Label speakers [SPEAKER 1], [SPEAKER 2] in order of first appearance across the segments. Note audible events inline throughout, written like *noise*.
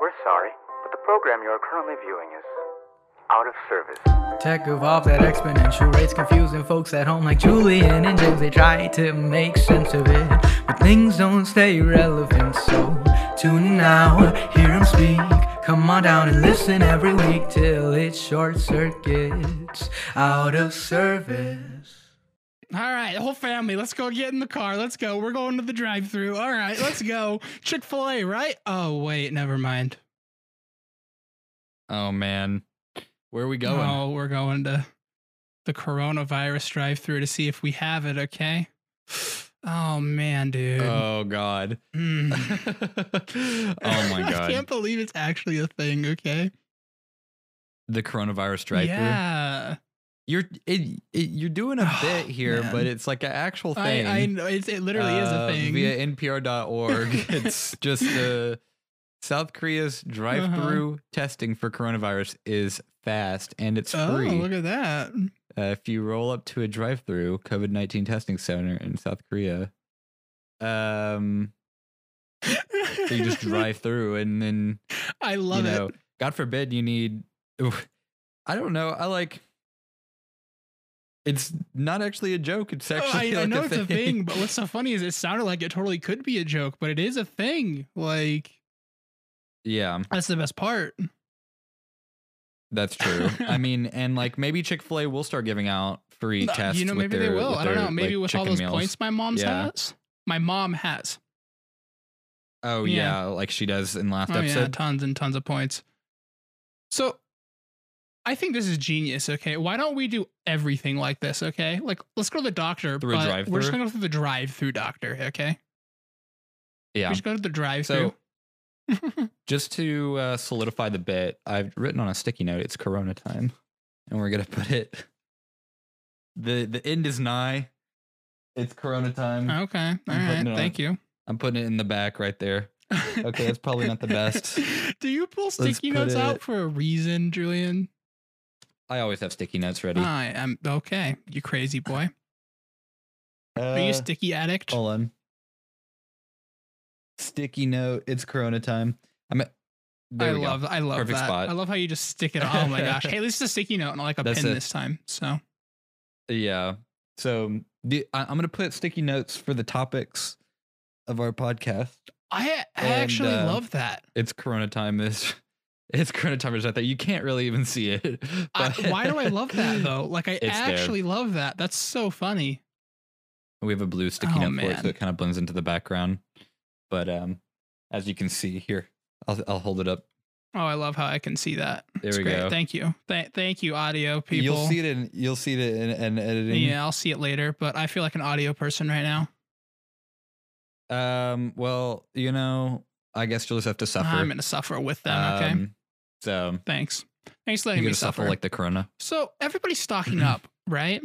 [SPEAKER 1] We're sorry, but the program you are currently viewing is out of service.
[SPEAKER 2] Tech evolved at exponential rates, confusing folks at home like Julian and James. They try to make sense of it, but things don't stay relevant. So tune in now, hear him speak. Come on down and listen every week till it short circuits out of service.
[SPEAKER 3] All right, the whole family, let's go get in the car. Let's go. We're going to the drive through. All right, let's go. Chick fil A, right? Oh, wait, never mind.
[SPEAKER 4] Oh man, where are we going?
[SPEAKER 3] No, we're going to the coronavirus drive through to see if we have it, okay? Oh, man, dude.
[SPEAKER 4] Oh
[SPEAKER 3] *laughs*
[SPEAKER 4] god.
[SPEAKER 3] Mm.
[SPEAKER 4] *laughs* oh
[SPEAKER 3] *laughs*
[SPEAKER 4] my
[SPEAKER 3] I
[SPEAKER 4] god.
[SPEAKER 3] can't believe it's actually a thing, okay?
[SPEAKER 4] The coronavirus drive through.
[SPEAKER 3] yeah. Oh,
[SPEAKER 4] You're it, it, you're doing a bit here,
[SPEAKER 3] Man.
[SPEAKER 4] but it's like an actual
[SPEAKER 3] I,
[SPEAKER 4] thing.
[SPEAKER 3] I know. It's, it literally is a
[SPEAKER 4] uh,
[SPEAKER 3] thing. *laughs*
[SPEAKER 4] Via npr.org. it's just uh, South Korea's drive-through
[SPEAKER 3] Uh-huh.
[SPEAKER 4] testing for coronavirus is fast and it's
[SPEAKER 3] oh,
[SPEAKER 4] free.
[SPEAKER 3] look at that.
[SPEAKER 4] Uh, if you roll up to a drive-through COVID-19 testing center in South Korea, um, so
[SPEAKER 3] *laughs*
[SPEAKER 4] you just drive through and then
[SPEAKER 3] I love
[SPEAKER 4] you
[SPEAKER 3] it.
[SPEAKER 4] know, God forbid you need. *laughs* I don't know. I like. It's not actually a joke. It's
[SPEAKER 3] Oh,
[SPEAKER 4] actually.
[SPEAKER 3] I, I
[SPEAKER 4] like
[SPEAKER 3] know it's a thing,
[SPEAKER 4] *laughs*
[SPEAKER 3] but what's so funny is it sounded like it totally could be a joke, but it is a thing. Like
[SPEAKER 4] Yeah,
[SPEAKER 3] that's the best part.
[SPEAKER 4] that's true.
[SPEAKER 3] *laughs*
[SPEAKER 4] I mean, and like maybe Chick Fil A will start giving out free
[SPEAKER 3] No, uh,
[SPEAKER 4] tests.
[SPEAKER 3] you know,
[SPEAKER 4] with
[SPEAKER 3] maybe
[SPEAKER 4] their-
[SPEAKER 3] they will.
[SPEAKER 4] with
[SPEAKER 3] I don't
[SPEAKER 4] their,
[SPEAKER 3] know. Maybe
[SPEAKER 4] like,
[SPEAKER 3] with all
[SPEAKER 4] chicken
[SPEAKER 3] those
[SPEAKER 4] meals.
[SPEAKER 3] points my mom's
[SPEAKER 4] Yeah.
[SPEAKER 3] has, my mom has.
[SPEAKER 4] Oh yeah.
[SPEAKER 3] Yeah.
[SPEAKER 4] like she does in last
[SPEAKER 3] Oh yeah,
[SPEAKER 4] episode.
[SPEAKER 3] tons and tons of points. So, I think this is genius. Okay, why don't we do everything like this? Okay, like let's go to the doctor.
[SPEAKER 4] Through a
[SPEAKER 3] but We're just
[SPEAKER 4] drive-thru?
[SPEAKER 3] gonna go through the drive-through doctor. Okay,
[SPEAKER 4] Yeah.
[SPEAKER 3] we just go to the drive-through.
[SPEAKER 4] Just to uh, solidify the bit, I've written on a sticky note. It's Corona time, and we're gonna put it. The the end is nigh. It's Corona
[SPEAKER 3] *laughs*
[SPEAKER 4] time.
[SPEAKER 3] okay, all
[SPEAKER 4] I'm
[SPEAKER 3] right,
[SPEAKER 4] putting it on.
[SPEAKER 3] thank you.
[SPEAKER 4] I'm putting it in the back right there. Okay, that's probably not the best.
[SPEAKER 3] *laughs* Do you pull sticky
[SPEAKER 4] put
[SPEAKER 3] notes out
[SPEAKER 4] it-
[SPEAKER 3] for a reason, Julian? Ah,
[SPEAKER 4] I always have sticky notes ready.
[SPEAKER 3] I am okay. You crazy boy. Are you a
[SPEAKER 4] Uh,
[SPEAKER 3] sticky addict?
[SPEAKER 4] Hold on. Sticky note. It's Corona time. I'm. At, there
[SPEAKER 3] I
[SPEAKER 4] we go.
[SPEAKER 3] love, I love
[SPEAKER 4] Perfect
[SPEAKER 3] that.
[SPEAKER 4] spot.
[SPEAKER 3] I love how you just stick it. Oh
[SPEAKER 4] *laughs*
[SPEAKER 3] my gosh! Hey, this is a sticky note and like a
[SPEAKER 4] That's
[SPEAKER 3] pin
[SPEAKER 4] it.
[SPEAKER 3] this time. So
[SPEAKER 4] Yeah. So the, I, I'm gonna put sticky notes for the topics of our podcast.
[SPEAKER 3] I, I
[SPEAKER 4] And,
[SPEAKER 3] actually
[SPEAKER 4] uh,
[SPEAKER 3] love
[SPEAKER 4] *laughs*
[SPEAKER 3] that.
[SPEAKER 4] It's Corona time. Is *laughs* it's Corona time is right there. You can't really even see it. *laughs*
[SPEAKER 3] I,
[SPEAKER 4] but-
[SPEAKER 3] why do I love
[SPEAKER 4] *laughs*
[SPEAKER 3] that though? Like I
[SPEAKER 4] there.
[SPEAKER 3] actually love that. That's so funny.
[SPEAKER 4] We have a blue sticky
[SPEAKER 3] Oh,
[SPEAKER 4] note for it,
[SPEAKER 3] man.
[SPEAKER 4] so it kind of blends into the background. But um, as you can see here, I'll I'll hold it up.
[SPEAKER 3] Oh, I love how I can see that.
[SPEAKER 4] There
[SPEAKER 3] it's
[SPEAKER 4] we
[SPEAKER 3] great.
[SPEAKER 4] go.
[SPEAKER 3] Thank you. Th- thank you, audio people.
[SPEAKER 4] You'll see it in you'll see it in, in editing.
[SPEAKER 3] Yeah, I'll see it later. But I feel like an audio person right now.
[SPEAKER 4] Um. Well, you know, I guess you'll just have to suffer.
[SPEAKER 3] I'm gonna suffer with them. Okay.
[SPEAKER 4] Um, so
[SPEAKER 3] Thanks. Thanks for
[SPEAKER 4] you're
[SPEAKER 3] letting me
[SPEAKER 4] gonna
[SPEAKER 3] suffer.
[SPEAKER 4] suffer like Mm-hmm. the corona.
[SPEAKER 3] so everybody's stocking up, right?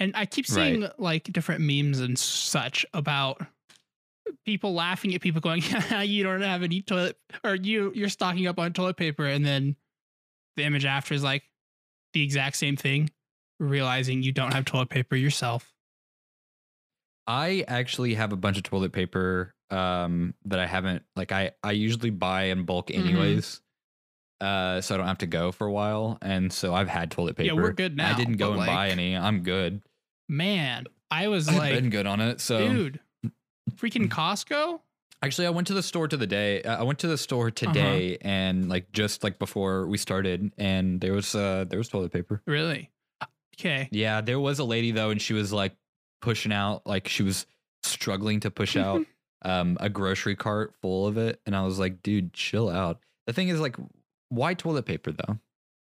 [SPEAKER 3] And I keep seeing like different memes and such about people laughing at people going, *laughs* "You don't have any toilet, or you you're stocking up on toilet paper," and then the image after is like the exact same thing, realizing you don't have toilet paper yourself.
[SPEAKER 4] I actually have a bunch of toilet paper. Um, that I haven't like I I usually buy in bulk
[SPEAKER 3] Mhm.
[SPEAKER 4] anyways. Uh, so I don't have to go for a while, and so I've had toilet
[SPEAKER 3] Yeah,
[SPEAKER 4] paper.
[SPEAKER 3] we're good now,
[SPEAKER 4] I didn't go
[SPEAKER 3] but,
[SPEAKER 4] and buy
[SPEAKER 3] like,
[SPEAKER 4] any. I'm good.
[SPEAKER 3] Man, I was
[SPEAKER 4] I've
[SPEAKER 3] like,
[SPEAKER 4] been Mm, good on it. So
[SPEAKER 3] dude, freaking Costco.
[SPEAKER 4] Actually, I went to the store to the day. uh, I I went to the
[SPEAKER 3] Uh-huh.
[SPEAKER 4] store today and like just like before we started, and there was uh there was toilet paper.
[SPEAKER 3] Really? Uh, Okay.
[SPEAKER 4] Yeah, there was a lady though, and she was like pushing out, like she was struggling to
[SPEAKER 3] *laughs*
[SPEAKER 4] push out um a grocery cart full of it, and I was like, dude, chill out. The thing is, like, why toilet paper though?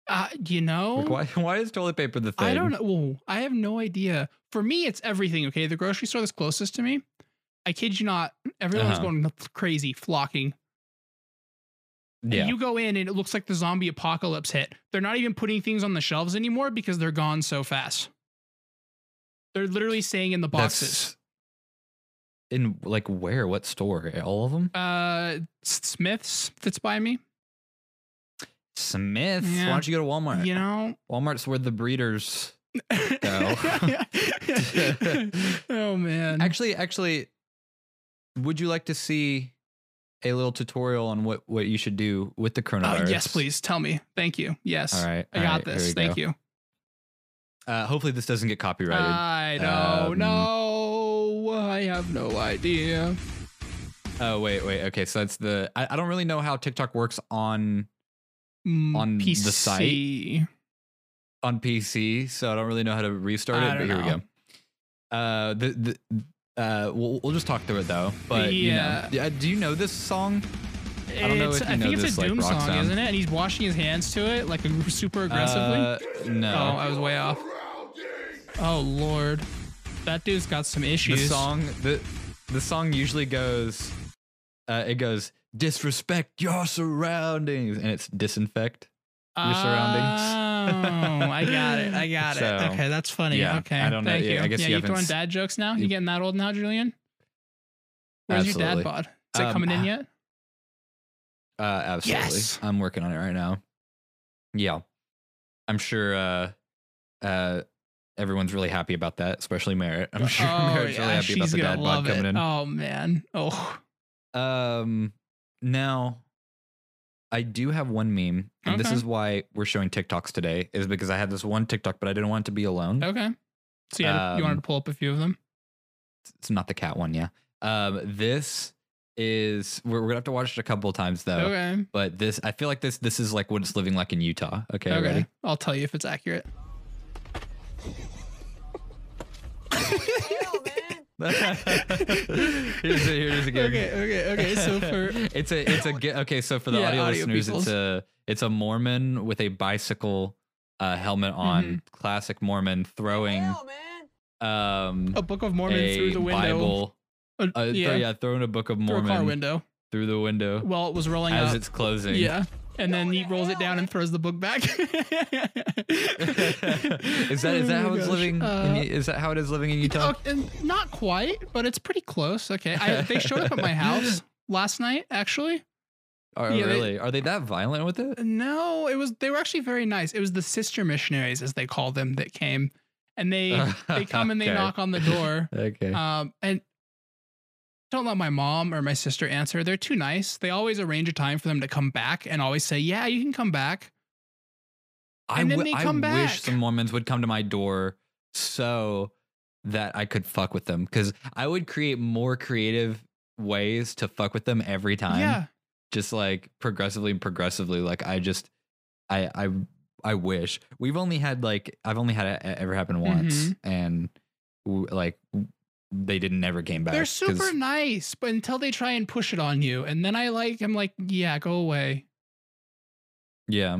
[SPEAKER 3] Uh, you know,
[SPEAKER 4] Like, why *laughs* why is toilet paper the thing?
[SPEAKER 3] I don't know. Well, I have no idea. For me, it's everything. Okay, the grocery store that's closest to me. I kid you not. Everyone's
[SPEAKER 4] Uh-huh.
[SPEAKER 3] going crazy, flocking. And
[SPEAKER 4] Yeah,
[SPEAKER 3] You go in and it looks like the zombie apocalypse hit. They're not even putting things on the shelves anymore because they're gone so fast. They're literally staying in the boxes.
[SPEAKER 4] That's- In like where? What store? All of them?
[SPEAKER 3] Uh, S- Smith's that's by me.
[SPEAKER 4] Smith. Why
[SPEAKER 3] Yeah.
[SPEAKER 4] don't you go to Walmart?
[SPEAKER 3] You know.
[SPEAKER 4] Walmart's where the breeders
[SPEAKER 3] *laughs* oh man. Oh,
[SPEAKER 4] Actually, actually, would you like to see a little tutorial on what what you should do with the
[SPEAKER 3] Uh,
[SPEAKER 4] coronavirus.
[SPEAKER 3] yes, please tell me. Thank you. Yes.
[SPEAKER 4] All right,
[SPEAKER 3] I
[SPEAKER 4] all
[SPEAKER 3] got
[SPEAKER 4] right, here
[SPEAKER 3] this.
[SPEAKER 4] we
[SPEAKER 3] Thank
[SPEAKER 4] go.
[SPEAKER 3] you.
[SPEAKER 4] Uh, hopefully, this doesn't get copyrighted.
[SPEAKER 3] I don't
[SPEAKER 4] Um,
[SPEAKER 3] know. I have no idea.
[SPEAKER 4] oh wait, wait. Okay, so that's the. I, I don't really know how TikTok works on
[SPEAKER 3] Mm,
[SPEAKER 4] on the
[SPEAKER 3] PC.
[SPEAKER 4] site? on PC, so I don't really know how to restart
[SPEAKER 3] I
[SPEAKER 4] it. But
[SPEAKER 3] don't
[SPEAKER 4] here
[SPEAKER 3] know.
[SPEAKER 4] we go. Uh, the the uh, we'll we'll just talk through it though. But
[SPEAKER 3] Yeah.
[SPEAKER 4] you know, Yeah, do you know this song?
[SPEAKER 3] I
[SPEAKER 4] don't know if you
[SPEAKER 3] I
[SPEAKER 4] know
[SPEAKER 3] think
[SPEAKER 4] this,
[SPEAKER 3] it's a
[SPEAKER 4] like,
[SPEAKER 3] Doom
[SPEAKER 4] rock
[SPEAKER 3] song,
[SPEAKER 4] sound.
[SPEAKER 3] isn't it? And he's washing his hands to it like *laughs* super aggressively.
[SPEAKER 4] Uh, no.
[SPEAKER 3] oh, I was way off. Oh lord, that dude's got some
[SPEAKER 4] the
[SPEAKER 3] issues.
[SPEAKER 4] song the the song usually goes uh it goes disrespect your surroundings and it's disinfect your surroundings.
[SPEAKER 3] Oh, I got it. I got
[SPEAKER 4] So,
[SPEAKER 3] it. Okay, that's funny.
[SPEAKER 4] yeah,
[SPEAKER 3] okay,
[SPEAKER 4] I don't know.
[SPEAKER 3] Thank
[SPEAKER 4] Yeah,
[SPEAKER 3] you.
[SPEAKER 4] I guess
[SPEAKER 3] yeah,
[SPEAKER 4] you
[SPEAKER 3] you throwing
[SPEAKER 4] haven't s-
[SPEAKER 3] dad jokes now. You
[SPEAKER 4] you-
[SPEAKER 3] getting that old now, Julian? Where's your dad
[SPEAKER 4] Absolutely.
[SPEAKER 3] bod? Is it
[SPEAKER 4] Um,
[SPEAKER 3] coming in
[SPEAKER 4] ah,
[SPEAKER 3] yet?
[SPEAKER 4] uh absolutely
[SPEAKER 3] Yes.
[SPEAKER 4] i'm working on it right now yeah i'm sure uh uh everyone's really happy about that especially merritt i'm sure merritt's really happy about
[SPEAKER 3] Oh, she's
[SPEAKER 4] the
[SPEAKER 3] gonna
[SPEAKER 4] dad bod
[SPEAKER 3] love
[SPEAKER 4] coming
[SPEAKER 3] it.
[SPEAKER 4] in
[SPEAKER 3] Oh man. Oh,
[SPEAKER 4] Um, now I do have one meme, and this
[SPEAKER 3] Okay.
[SPEAKER 4] is why we're showing TikToks today, is because I had this one TikTok, but I didn't want it to be alone.
[SPEAKER 3] okay. So yeah, you wanted
[SPEAKER 4] Um,
[SPEAKER 3] to pull up a few of them.
[SPEAKER 4] It's not the cat one, yeah. Um, this is we're, we're gonna have to watch it a couple of times though.
[SPEAKER 3] okay.
[SPEAKER 4] But this, I feel like this this is like what it's living like in Utah. Okay,
[SPEAKER 3] Okay. *laughs*
[SPEAKER 4] ready? *laughs*
[SPEAKER 3] I'll tell you if it's accurate.
[SPEAKER 4] here's it. Here's again.
[SPEAKER 3] Okay. Okay. Okay. So for
[SPEAKER 4] *laughs* it's a it's a ge- okay. So for the
[SPEAKER 3] Yeah,
[SPEAKER 4] audio,
[SPEAKER 3] audio
[SPEAKER 4] listeners,
[SPEAKER 3] peoples.
[SPEAKER 4] it's a it's a Mormon with a bicycle uh,
[SPEAKER 3] Mm-hmm.
[SPEAKER 4] helmet on, classic Mormon throwing um
[SPEAKER 3] a Book of Mormon through
[SPEAKER 4] a
[SPEAKER 3] the window.
[SPEAKER 4] Bible.
[SPEAKER 3] Uh,
[SPEAKER 4] Uh, yeah.
[SPEAKER 3] yeah.
[SPEAKER 4] Throw, yeah, throwing a Book of
[SPEAKER 3] Through a car
[SPEAKER 4] Mormon
[SPEAKER 3] window
[SPEAKER 4] through the window
[SPEAKER 3] while it was rolling
[SPEAKER 4] as
[SPEAKER 3] up.
[SPEAKER 4] it's closing.
[SPEAKER 3] Yeah. And then he rolls it
[SPEAKER 4] *laughs*
[SPEAKER 3] down and throws the book back.
[SPEAKER 4] is that is that how it's living? in,
[SPEAKER 3] Oh, Uh,
[SPEAKER 4] Ye- is that how it is living in Utah?
[SPEAKER 3] okay, and not quite, but it's pretty close. Okay. I, they showed up at
[SPEAKER 4] *laughs*
[SPEAKER 3] my house last night, actually.
[SPEAKER 4] Are,
[SPEAKER 3] yeah, they-
[SPEAKER 4] really? Are they that violent with it?
[SPEAKER 3] No, it was they were actually very nice. It was the sister missionaries, as they call them, that came, and they
[SPEAKER 4] *laughs*
[SPEAKER 3] they come and they
[SPEAKER 4] Okay.
[SPEAKER 3] knock on the door.
[SPEAKER 4] *laughs* Okay.
[SPEAKER 3] Um, and don't let my mom or my sister answer. They're too nice. They always arrange a time for them to come back and always say, "Yeah, you can come back."
[SPEAKER 4] I
[SPEAKER 3] and then
[SPEAKER 4] wi-
[SPEAKER 3] they
[SPEAKER 4] I
[SPEAKER 3] come back.
[SPEAKER 4] wish some Mormons would come to my door so that I could fuck with them because I would create more creative ways to fuck with them every time.
[SPEAKER 3] Yeah,
[SPEAKER 4] Just like progressively and progressively. Like I just, I, I, I wish we've only had like I've only had it ever happen once,
[SPEAKER 3] Mhm.
[SPEAKER 4] and w- like w- they didn't never came back.
[SPEAKER 3] they're
[SPEAKER 4] 'cause-
[SPEAKER 3] super nice, but until they try and push it on you, and then I like, I'm like, "Yeah, go away."
[SPEAKER 4] Yeah.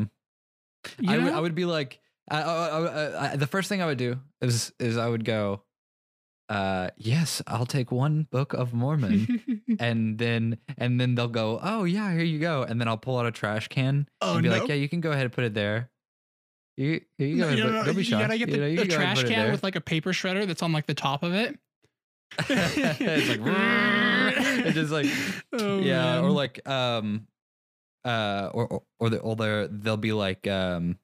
[SPEAKER 3] You
[SPEAKER 4] I would,
[SPEAKER 3] know?
[SPEAKER 4] I would be like, I, I, I- I- I- the first thing I would do is is I would go, uh, yes, I'll take one book of
[SPEAKER 3] *laughs*
[SPEAKER 4] Mormon, and then and then they'll go, oh yeah, here you go, and then I'll pull out a trash can
[SPEAKER 3] oh
[SPEAKER 4] and be
[SPEAKER 3] no.
[SPEAKER 4] like, yeah, you can go ahead and put it there. You here you go,
[SPEAKER 3] No,
[SPEAKER 4] ahead
[SPEAKER 3] you
[SPEAKER 4] and
[SPEAKER 3] don't
[SPEAKER 4] put-
[SPEAKER 3] know.
[SPEAKER 4] don't be
[SPEAKER 3] You
[SPEAKER 4] shy.
[SPEAKER 3] gotta get the,
[SPEAKER 4] know, you
[SPEAKER 3] the
[SPEAKER 4] can go ahead
[SPEAKER 3] trash
[SPEAKER 4] and put it
[SPEAKER 3] can
[SPEAKER 4] there.
[SPEAKER 3] with like a paper shredder that's on like the top of it.
[SPEAKER 4] it's
[SPEAKER 3] *laughs*
[SPEAKER 4] like it just like
[SPEAKER 3] Oh,
[SPEAKER 4] yeah or
[SPEAKER 3] man.
[SPEAKER 4] like um uh or or, or, the, or they're- they'll be like um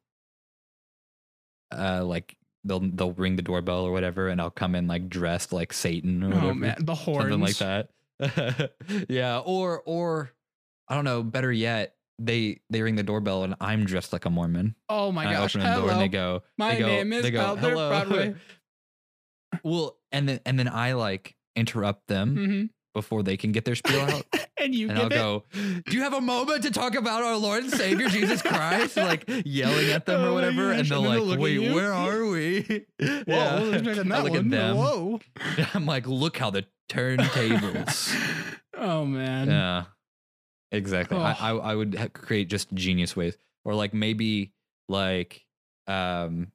[SPEAKER 4] uh like they'll they'll ring the doorbell or whatever and i'll come in like dressed like satan or whatever
[SPEAKER 3] Oh man, the horns.
[SPEAKER 4] *laughs* something like that *laughs* yeah or or i don't know better yet they they ring the doorbell and i'm dressed like a mormon
[SPEAKER 3] Oh my
[SPEAKER 4] and
[SPEAKER 3] gosh.
[SPEAKER 4] I open the door and
[SPEAKER 3] Hello.
[SPEAKER 4] they go,
[SPEAKER 3] My
[SPEAKER 4] they go,
[SPEAKER 3] name is
[SPEAKER 4] they go,
[SPEAKER 3] Elder
[SPEAKER 4] "Hello." *laughs*
[SPEAKER 3] Broadway.
[SPEAKER 4] well, and then and then I like interrupt them
[SPEAKER 3] Mhm.
[SPEAKER 4] before they can get their spiel out,
[SPEAKER 3] And you
[SPEAKER 4] and
[SPEAKER 3] give
[SPEAKER 4] I'll
[SPEAKER 3] it.
[SPEAKER 4] go, "Do you have a moment to talk about our Lord and Savior Jesus Christ?" like yelling at them
[SPEAKER 3] Oh my
[SPEAKER 4] or whatever, and
[SPEAKER 3] gosh,
[SPEAKER 4] they'll
[SPEAKER 3] and then they'll look
[SPEAKER 4] like,
[SPEAKER 3] at
[SPEAKER 4] "Wait,
[SPEAKER 3] you."
[SPEAKER 4] where are we?" Whoa,
[SPEAKER 3] Whoa, wasn't
[SPEAKER 4] *laughs*
[SPEAKER 3] expecting
[SPEAKER 4] I
[SPEAKER 3] that
[SPEAKER 4] look
[SPEAKER 3] one.
[SPEAKER 4] at them.
[SPEAKER 3] Whoa.
[SPEAKER 4] *laughs* I'm like, "Look how the turntables."
[SPEAKER 3] *laughs* oh man.
[SPEAKER 4] yeah, exactly. I, I
[SPEAKER 3] Oh.
[SPEAKER 4] I would ha- create just genius ways, or like maybe like um.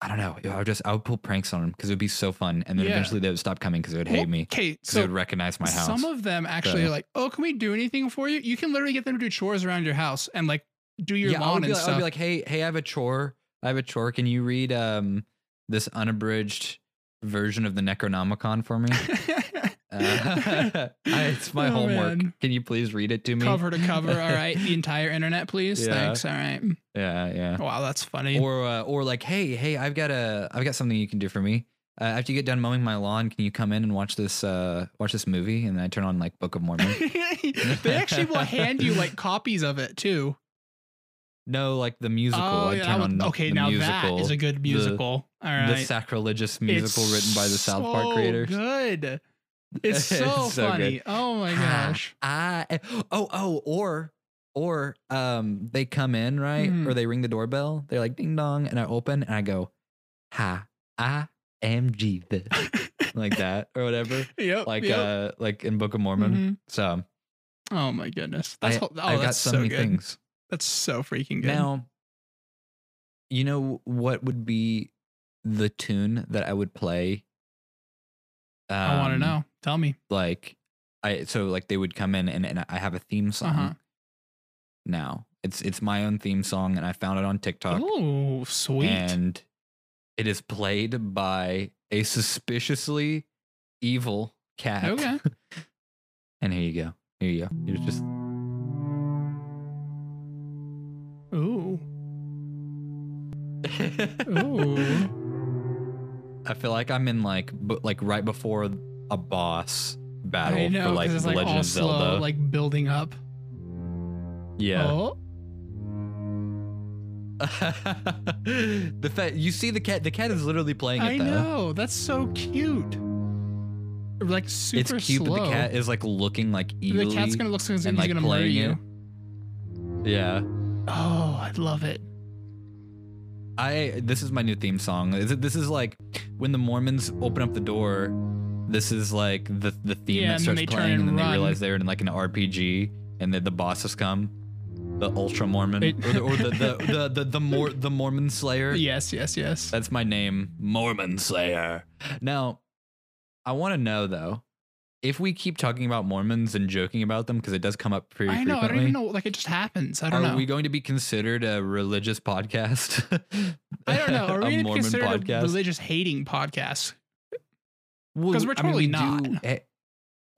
[SPEAKER 4] I don't know. I would just I would pull pranks on them because it would be so fun, and then
[SPEAKER 3] Yeah.
[SPEAKER 4] eventually they would stop coming because they would hate
[SPEAKER 3] Well,
[SPEAKER 4] me
[SPEAKER 3] Okay,
[SPEAKER 4] because they would
[SPEAKER 3] so
[SPEAKER 4] recognize my house.
[SPEAKER 3] some of them actually
[SPEAKER 4] So-
[SPEAKER 3] are like, oh, can we do anything for you? You can literally get them to do chores around your house and like do your
[SPEAKER 4] yeah, I would,
[SPEAKER 3] lawn
[SPEAKER 4] be
[SPEAKER 3] and
[SPEAKER 4] like, I would
[SPEAKER 3] stuff.
[SPEAKER 4] be like, hey, hey, I have a chore. I have a chore. Can you read um this unabridged version of the Necronomicon
[SPEAKER 3] *laughs*
[SPEAKER 4] for me? Uh, *laughs* I- it's my
[SPEAKER 3] Oh,
[SPEAKER 4] homework.
[SPEAKER 3] man.
[SPEAKER 4] Can you please read it to me?
[SPEAKER 3] cover to cover,
[SPEAKER 4] *laughs*
[SPEAKER 3] all right. The entire internet, please.
[SPEAKER 4] Yeah.
[SPEAKER 3] Thanks. All right.
[SPEAKER 4] yeah, yeah.
[SPEAKER 3] Wow, that's funny.
[SPEAKER 4] Or uh, or like, hey, hey, I've got a, I've got something you can do for me. uh, after you get done mowing my lawn, can you come in and watch this uh, watch this movie? And I turn on like Book
[SPEAKER 3] *laughs*
[SPEAKER 4] of Mormon.
[SPEAKER 3] *laughs* they actually will hand you like copies of it too.
[SPEAKER 4] no, like the musical.
[SPEAKER 3] Oh,
[SPEAKER 4] I
[SPEAKER 3] yeah,
[SPEAKER 4] turn
[SPEAKER 3] that
[SPEAKER 4] on
[SPEAKER 3] would- okay,
[SPEAKER 4] the
[SPEAKER 3] now
[SPEAKER 4] musical,
[SPEAKER 3] that is a good musical. All right,
[SPEAKER 4] the sacrilegious musical
[SPEAKER 3] It's
[SPEAKER 4] written by the South
[SPEAKER 3] so
[SPEAKER 4] Park creators. *laughs*
[SPEAKER 3] Good. It's so,
[SPEAKER 4] It's so
[SPEAKER 3] funny.
[SPEAKER 4] good.
[SPEAKER 3] Oh my
[SPEAKER 4] Ah,
[SPEAKER 3] gosh. *laughs*
[SPEAKER 4] I, oh oh or or um they come in right
[SPEAKER 3] Mhm.
[SPEAKER 4] or they ring the doorbell. They're like ding dong, and I open and I go, "Hi, I am Jesus," *laughs* like that
[SPEAKER 3] *laughs*
[SPEAKER 4] or whatever.
[SPEAKER 3] Yep.
[SPEAKER 4] Like
[SPEAKER 3] yep.
[SPEAKER 4] uh like in Book of Mormon.
[SPEAKER 3] Mhm.
[SPEAKER 4] So
[SPEAKER 3] Oh my goodness.
[SPEAKER 4] I,
[SPEAKER 3] That's ho- oh,
[SPEAKER 4] I got
[SPEAKER 3] that's
[SPEAKER 4] so,
[SPEAKER 3] so,
[SPEAKER 4] many
[SPEAKER 3] good.
[SPEAKER 4] things.
[SPEAKER 3] That's so freaking good.
[SPEAKER 4] Now, you know what would be the tune that I would play?
[SPEAKER 3] I want to
[SPEAKER 4] Um,
[SPEAKER 3] know. Tell me.
[SPEAKER 4] Like, I so like they would come in and, and I have a theme song.
[SPEAKER 3] Uh-huh.
[SPEAKER 4] Now it's it's my own theme song, and I found it on TikTok,
[SPEAKER 3] Oh, sweet.
[SPEAKER 4] and it is played by a suspiciously evil cat.
[SPEAKER 3] Okay.
[SPEAKER 4] *laughs* and here you go. Here you go. You're just
[SPEAKER 3] Ooh. Ooh.
[SPEAKER 4] *laughs* I feel like I'm in like b- like right before a boss battle
[SPEAKER 3] I know, 'cause
[SPEAKER 4] for like
[SPEAKER 3] it's
[SPEAKER 4] The
[SPEAKER 3] like
[SPEAKER 4] Legend
[SPEAKER 3] all
[SPEAKER 4] of
[SPEAKER 3] slow,
[SPEAKER 4] Zelda.
[SPEAKER 3] like building up.
[SPEAKER 4] yeah.
[SPEAKER 3] Oh.
[SPEAKER 4] *laughs* the fact you see the cat, the cat is literally playing it
[SPEAKER 3] I
[SPEAKER 4] though.
[SPEAKER 3] know. That's so cute. Like
[SPEAKER 4] It's
[SPEAKER 3] super
[SPEAKER 4] cute,
[SPEAKER 3] slow.
[SPEAKER 4] but the cat is like looking like evilly.
[SPEAKER 3] the cat's gonna look so he's
[SPEAKER 4] and, like,
[SPEAKER 3] gonna murder
[SPEAKER 4] playing
[SPEAKER 3] you.
[SPEAKER 4] it. Yeah.
[SPEAKER 3] Oh, I love it.
[SPEAKER 4] I this is my new theme song. Is it, this is like when the Mormons open up the door. This is like the the theme
[SPEAKER 3] Yeah,
[SPEAKER 4] that
[SPEAKER 3] and
[SPEAKER 4] starts
[SPEAKER 3] they turn
[SPEAKER 4] playing,
[SPEAKER 3] and
[SPEAKER 4] and then they
[SPEAKER 3] run.
[SPEAKER 4] realize they're in like an RPG, and then the boss has come, the Ultra Mormon,
[SPEAKER 3] It-
[SPEAKER 4] or, the,
[SPEAKER 3] *laughs*
[SPEAKER 4] or the, the, the the the Mor- the Mormon Slayer.
[SPEAKER 3] Yes, yes, yes.
[SPEAKER 4] That's my name, Mormon Slayer. Now, I want to know though, if we keep talking about Mormons and joking about them because it does come up pretty
[SPEAKER 3] I know.
[SPEAKER 4] frequently.
[SPEAKER 3] I don't even know. Like it just happens. I
[SPEAKER 4] Are
[SPEAKER 3] don't know.
[SPEAKER 4] we going to be considered a religious podcast?
[SPEAKER 3] I don't know. Are
[SPEAKER 4] *laughs* a
[SPEAKER 3] we going to
[SPEAKER 4] Mormon
[SPEAKER 3] consider a
[SPEAKER 4] podcast?
[SPEAKER 3] religious hating podcast?
[SPEAKER 4] Well,
[SPEAKER 3] 'Cause we're
[SPEAKER 4] I mean,
[SPEAKER 3] totally
[SPEAKER 4] we do
[SPEAKER 3] not.
[SPEAKER 4] ha-